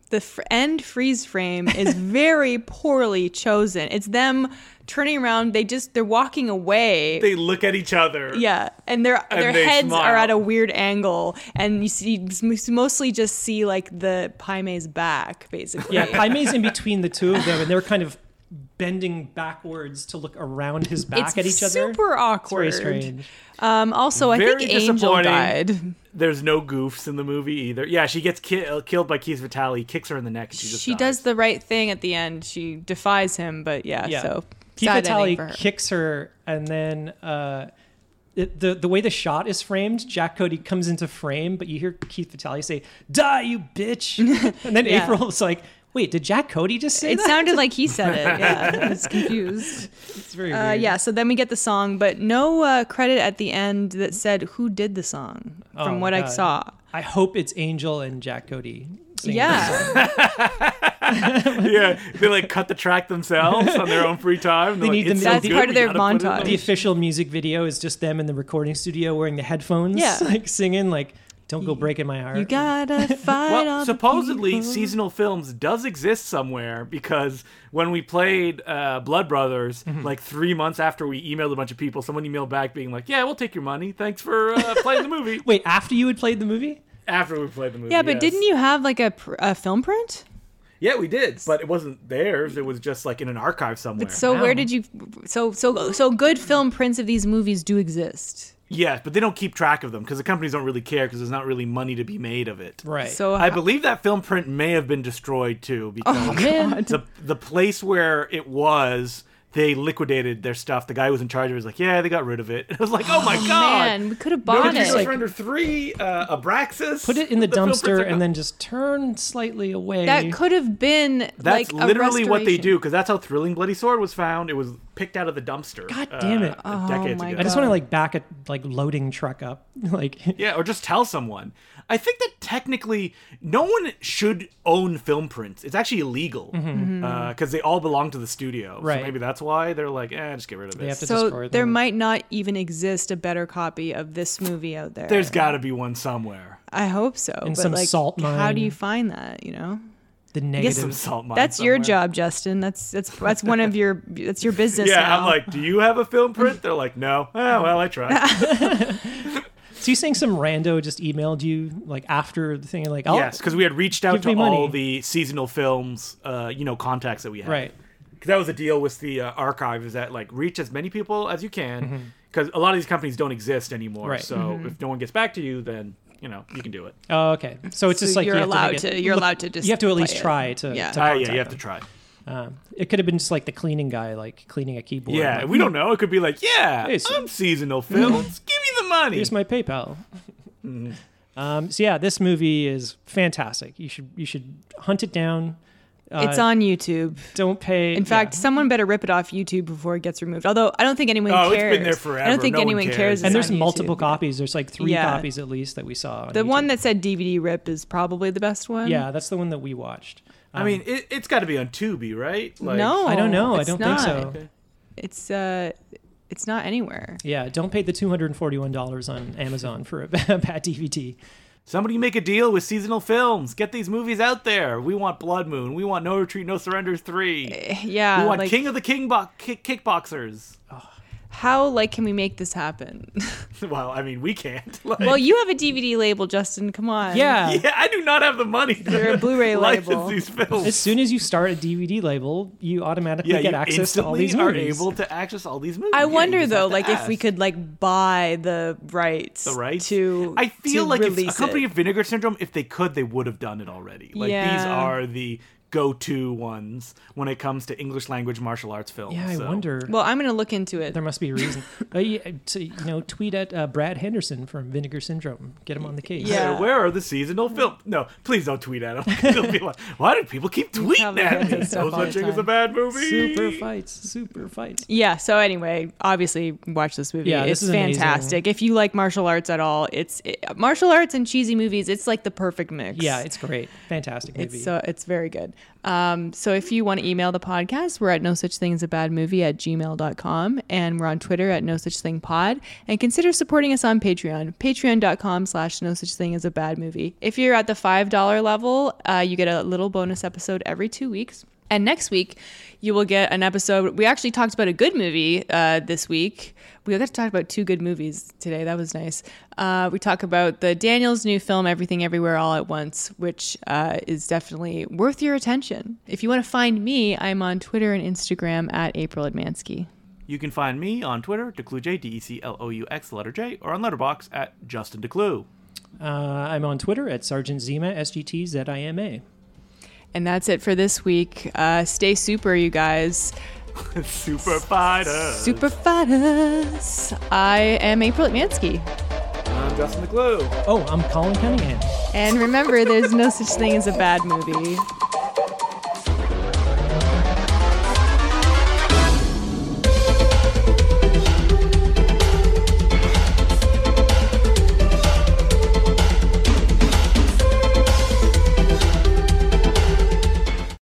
[SPEAKER 1] The fr- end freeze frame is very poorly chosen. It's them turning around. They just they're walking away.
[SPEAKER 2] They look at each other.
[SPEAKER 1] yeah, and their
[SPEAKER 2] And
[SPEAKER 1] their
[SPEAKER 2] they
[SPEAKER 1] heads
[SPEAKER 2] smile.
[SPEAKER 1] are at a weird angle, and you see you mostly just see like the Paime's back, basically.
[SPEAKER 3] Yeah, Paime's in between the two of them, and they're kind of bending backwards to look around his back
[SPEAKER 1] it's
[SPEAKER 3] at each other.
[SPEAKER 1] super
[SPEAKER 3] It's very
[SPEAKER 1] awkward.
[SPEAKER 3] strange.
[SPEAKER 1] Um, also, I
[SPEAKER 2] Very
[SPEAKER 1] think Angel
[SPEAKER 2] disappointing.
[SPEAKER 1] died.
[SPEAKER 2] There's no goofs in the movie either. Yeah, she gets ki- uh, killed by Keys Vitali, kicks her in the neck, and she just
[SPEAKER 1] she
[SPEAKER 2] dies.
[SPEAKER 1] does the right thing at the end. She defies him, but yeah,
[SPEAKER 3] Yeah.
[SPEAKER 1] so
[SPEAKER 3] Keith
[SPEAKER 1] sad
[SPEAKER 3] Vitale
[SPEAKER 1] ending for her.
[SPEAKER 3] kicks her, and then uh, it, the the way the shot is framed, Jack Cody comes into frame, but you hear Keith Vitale say, "Die, you bitch!" and then
[SPEAKER 1] Yeah.
[SPEAKER 3] April's like, "Wait, did Jack Cody just say
[SPEAKER 1] It
[SPEAKER 3] that?"
[SPEAKER 1] sounded like he said it. Yeah, I was confused.
[SPEAKER 3] It's very
[SPEAKER 1] Uh,
[SPEAKER 3] weird.
[SPEAKER 1] yeah, so then we get the song, but no uh, credit at the end that said who did the song from
[SPEAKER 3] Oh,
[SPEAKER 1] what I
[SPEAKER 3] God.
[SPEAKER 1] saw.
[SPEAKER 3] I hope it's Angel and Jack Cody. singing this song.
[SPEAKER 1] Yeah,
[SPEAKER 2] yeah, they like cut the track themselves on their own free time. They're
[SPEAKER 3] They
[SPEAKER 2] like,
[SPEAKER 3] need
[SPEAKER 2] "It's
[SPEAKER 3] the-
[SPEAKER 2] so
[SPEAKER 3] that's
[SPEAKER 2] good,
[SPEAKER 1] part of
[SPEAKER 2] we
[SPEAKER 1] their
[SPEAKER 2] gotta put it
[SPEAKER 1] montage.
[SPEAKER 2] on."
[SPEAKER 3] the official music video is just them in the recording studio wearing the headphones,
[SPEAKER 1] Yeah.
[SPEAKER 3] like singing, like "Don't go breaking my heart."
[SPEAKER 1] you gotta fight. all
[SPEAKER 2] Well,
[SPEAKER 1] the
[SPEAKER 2] supposedly
[SPEAKER 1] people.
[SPEAKER 2] seasonal films does exist somewhere because when we played uh, Blood Brothers, like three months after we emailed a bunch of people, someone emailed back being like, "Yeah, we'll take your money. Thanks for uh, playing the movie."
[SPEAKER 3] Wait, after you had played the movie?
[SPEAKER 2] after we played the movie,
[SPEAKER 1] Yeah, but
[SPEAKER 2] yes.
[SPEAKER 1] didn't you have like a, pr- a film print?
[SPEAKER 2] Yeah, we did, but it wasn't theirs. It was just like in an archive somewhere.
[SPEAKER 1] So
[SPEAKER 3] Wow.
[SPEAKER 1] where did you? So so so good film prints of these movies do exist.
[SPEAKER 2] Yes, but they don't keep track of them because the companies don't really care because there's not really money to be made of it.
[SPEAKER 3] Right.
[SPEAKER 1] So
[SPEAKER 2] I believe that film print may have been destroyed too because
[SPEAKER 4] Oh,
[SPEAKER 3] man.
[SPEAKER 2] the the place where it was, they liquidated their stuff. The guy who was in charge of it was like, "Yeah, they got rid of it." And I was like, "Oh my god!"
[SPEAKER 4] Man, we could have
[SPEAKER 2] No
[SPEAKER 4] bought
[SPEAKER 2] Digital
[SPEAKER 4] it.
[SPEAKER 3] like-
[SPEAKER 2] Surrender Three, uh, Abraxas.
[SPEAKER 3] Put it in the,
[SPEAKER 2] film prints
[SPEAKER 3] dumpster
[SPEAKER 2] are
[SPEAKER 3] and
[SPEAKER 2] gone.
[SPEAKER 3] then just turn slightly away.
[SPEAKER 4] that could have been like
[SPEAKER 2] That's
[SPEAKER 4] a
[SPEAKER 2] literally what they
[SPEAKER 4] restoration.
[SPEAKER 2] do because that's how Thrilling Bloody Sword was found. It was picked out of the dumpster.
[SPEAKER 3] God damn it.
[SPEAKER 2] uh,
[SPEAKER 4] Oh,
[SPEAKER 2] decades
[SPEAKER 1] my
[SPEAKER 2] ago.
[SPEAKER 3] I just want to like back a like loading truck up. like
[SPEAKER 2] Yeah, or just tell someone. I think that technically no one should own film prints. It's actually illegal because they all belong to the studio.
[SPEAKER 3] Mm-hmm. Right.
[SPEAKER 2] So maybe that's why they're like, eh, just get rid of
[SPEAKER 3] they have
[SPEAKER 2] this.
[SPEAKER 3] to
[SPEAKER 1] so
[SPEAKER 3] destroy
[SPEAKER 1] there
[SPEAKER 3] them.
[SPEAKER 1] might not even exist a better copy of this movie out there.
[SPEAKER 2] There's got to be one somewhere.
[SPEAKER 1] I hope so.
[SPEAKER 3] In
[SPEAKER 1] but
[SPEAKER 3] some
[SPEAKER 1] like,
[SPEAKER 3] salt
[SPEAKER 1] How
[SPEAKER 3] mine.
[SPEAKER 1] do you find that? You know,
[SPEAKER 3] the
[SPEAKER 2] Some
[SPEAKER 3] negative.
[SPEAKER 2] salt mine.
[SPEAKER 1] that's your
[SPEAKER 2] somewhere.
[SPEAKER 1] job, Justin. That's that's that's one of your that's your business.
[SPEAKER 2] Yeah,
[SPEAKER 1] now.
[SPEAKER 2] I'm like, do you have a film print? They're like, no. Oh, well, I tried.
[SPEAKER 3] So you saying some rando just emailed you like after the thing like oh
[SPEAKER 2] yes, because we had reached out
[SPEAKER 3] Give
[SPEAKER 2] to
[SPEAKER 3] me money.
[SPEAKER 2] all the seasonal films, uh, you know, contacts that we had.
[SPEAKER 3] right.
[SPEAKER 2] Because that was the deal with the uh, archive is that like reach as many people as you can because a lot of these companies don't exist anymore.
[SPEAKER 3] Mm-hmm. Right.
[SPEAKER 2] So if no one gets back to you, then you know you can do it.
[SPEAKER 3] Oh okay. So it's
[SPEAKER 1] So
[SPEAKER 3] just like
[SPEAKER 1] you're
[SPEAKER 3] you have
[SPEAKER 1] allowed
[SPEAKER 3] to, make
[SPEAKER 1] to-
[SPEAKER 3] it-
[SPEAKER 1] you're
[SPEAKER 3] look-
[SPEAKER 1] allowed to just
[SPEAKER 3] You have to at least
[SPEAKER 1] play it.
[SPEAKER 3] try to.
[SPEAKER 1] Yeah.
[SPEAKER 3] to
[SPEAKER 2] Ah, yeah,
[SPEAKER 3] contact
[SPEAKER 2] you have to
[SPEAKER 3] them.
[SPEAKER 2] try.
[SPEAKER 3] Um, it could have been just like the cleaning guy like cleaning a keyboard.
[SPEAKER 2] Yeah,
[SPEAKER 3] like,
[SPEAKER 2] we don't know. It could be like, yeah,
[SPEAKER 3] Hey, so- Mm-hmm.
[SPEAKER 2] I'm seasonal films. Give me the money.
[SPEAKER 3] Here's my PayPal.
[SPEAKER 2] Mm-hmm.
[SPEAKER 3] um, so yeah, this movie is fantastic. You should you should hunt it down. Uh,
[SPEAKER 1] it's on YouTube.
[SPEAKER 3] Don't pay.
[SPEAKER 1] In fact,
[SPEAKER 3] yeah.
[SPEAKER 1] someone better rip it off YouTube before it gets removed. Although I don't think anyone
[SPEAKER 2] Oh, it's
[SPEAKER 1] cares.
[SPEAKER 2] been there
[SPEAKER 1] I
[SPEAKER 2] forever.
[SPEAKER 1] don't think
[SPEAKER 2] No one
[SPEAKER 1] anyone
[SPEAKER 2] cares.
[SPEAKER 1] cares. it's
[SPEAKER 2] And
[SPEAKER 3] and there's
[SPEAKER 1] on
[SPEAKER 3] multiple
[SPEAKER 1] YouTube.
[SPEAKER 3] copies. There's like three
[SPEAKER 1] Yeah.
[SPEAKER 3] copies at least that we saw. on
[SPEAKER 1] The one
[SPEAKER 3] YouTube.
[SPEAKER 1] that said DVD rip is probably the best one.
[SPEAKER 3] yeah, that's the one that we watched. Um,
[SPEAKER 2] I mean, it, it's got to be on Tubi, right? Like,
[SPEAKER 1] no,
[SPEAKER 3] I don't know. I
[SPEAKER 1] it's
[SPEAKER 3] don't
[SPEAKER 1] not.
[SPEAKER 3] think so.
[SPEAKER 1] It's uh, it's not anywhere.
[SPEAKER 3] Yeah, don't pay the two hundred and forty-one dollars on Amazon for a bad DVD.
[SPEAKER 2] Somebody make a deal with seasonal films. Get these movies out there. We want Blood Moon. We want No Retreat, No Surrender three.
[SPEAKER 1] Yeah,
[SPEAKER 2] we want
[SPEAKER 1] Eh, uh, like
[SPEAKER 2] King of the King bo- kick- Kickboxers.
[SPEAKER 1] how like can we make this happen?
[SPEAKER 2] well, I mean, we can't. Like-
[SPEAKER 1] well, you have a DVD label, Justin. Come on.
[SPEAKER 3] Yeah.
[SPEAKER 2] yeah, I do not have the money
[SPEAKER 1] You're
[SPEAKER 2] to
[SPEAKER 1] a Blu-ray
[SPEAKER 2] license
[SPEAKER 1] label.
[SPEAKER 2] these films.
[SPEAKER 3] As soon as you start a DVD label, you automatically
[SPEAKER 2] yeah,
[SPEAKER 3] get
[SPEAKER 2] you
[SPEAKER 3] access to all
[SPEAKER 2] instantly
[SPEAKER 3] these
[SPEAKER 2] are
[SPEAKER 3] movies.
[SPEAKER 2] able to access all these movies. Yeah,
[SPEAKER 1] I
[SPEAKER 2] you
[SPEAKER 1] wonder
[SPEAKER 2] just have
[SPEAKER 1] though,
[SPEAKER 2] to
[SPEAKER 1] like if we
[SPEAKER 2] ask.
[SPEAKER 1] could like buy the rights,
[SPEAKER 2] the rights
[SPEAKER 1] to.
[SPEAKER 2] I feel
[SPEAKER 1] to
[SPEAKER 2] like if a
[SPEAKER 1] release
[SPEAKER 2] company
[SPEAKER 1] it.
[SPEAKER 2] of Vinegar Syndrome, if they could, they would have done it already. Like these
[SPEAKER 1] Yeah.
[SPEAKER 2] are the go-to ones when it comes to English language martial arts films.
[SPEAKER 3] yeah, I
[SPEAKER 2] so-
[SPEAKER 3] wonder.
[SPEAKER 1] Well, I'm gonna look into it.
[SPEAKER 3] There must be a reason. uh, yeah, so, you know, tweet at uh, Brad Henderson from Vinegar Syndrome. Get him on the case.
[SPEAKER 2] Hey,
[SPEAKER 1] Yeah.
[SPEAKER 2] where are the seasonal film? No, please don't tweet at them. They'll be like, Why do people keep tweeting
[SPEAKER 1] probably
[SPEAKER 2] at
[SPEAKER 1] get
[SPEAKER 2] me?
[SPEAKER 1] that stuff
[SPEAKER 2] No
[SPEAKER 1] all the
[SPEAKER 2] such thing as a
[SPEAKER 1] time.
[SPEAKER 2] bad movie.
[SPEAKER 3] Super fights. Super fights.
[SPEAKER 1] Yeah. So anyway, obviously, watch this movie.
[SPEAKER 3] Yeah, this
[SPEAKER 1] it's
[SPEAKER 3] is amazing.
[SPEAKER 1] fantastic. If you like martial arts at all, it's it, martial arts and cheesy movies. It's like the perfect mix.
[SPEAKER 3] Yeah, it's great. Fantastic movie.
[SPEAKER 1] it's so it's very good. Um, so if you want to email the podcast, we're at no such thing as a bad movie at gmail.com and we're on Twitter at no such thing pod and consider supporting us on Patreon, patreon.com slash no such thing as a bad movie. If you're at the five dollar level, uh, you get a little bonus episode every two weeks. And next week, you will get an episode. We actually talked about a good movie uh, this week. We got to talk about two good movies today. That was nice. Uh, we talk about the Daniels' new film, Everything Everywhere All at Once, which uh, is definitely worth your attention. If you want to find me, I'm on Twitter and Instagram at April Admansky.
[SPEAKER 2] You can find me on Twitter, DeCluJ, D E C L O U X, the letter J, or on Letterbox at Justin DeClue.
[SPEAKER 3] uh, I'm on Twitter at Sergeant Zima, S G T Z I M A.
[SPEAKER 1] And that's it for this week. Uh, stay super, you guys.
[SPEAKER 2] Super fighter.
[SPEAKER 1] Super fighters. I am April Admansky.
[SPEAKER 2] I'm Justin DeClue.
[SPEAKER 3] Oh, I'm Colin Cunningham.
[SPEAKER 1] And remember, there's no such thing as a bad movie.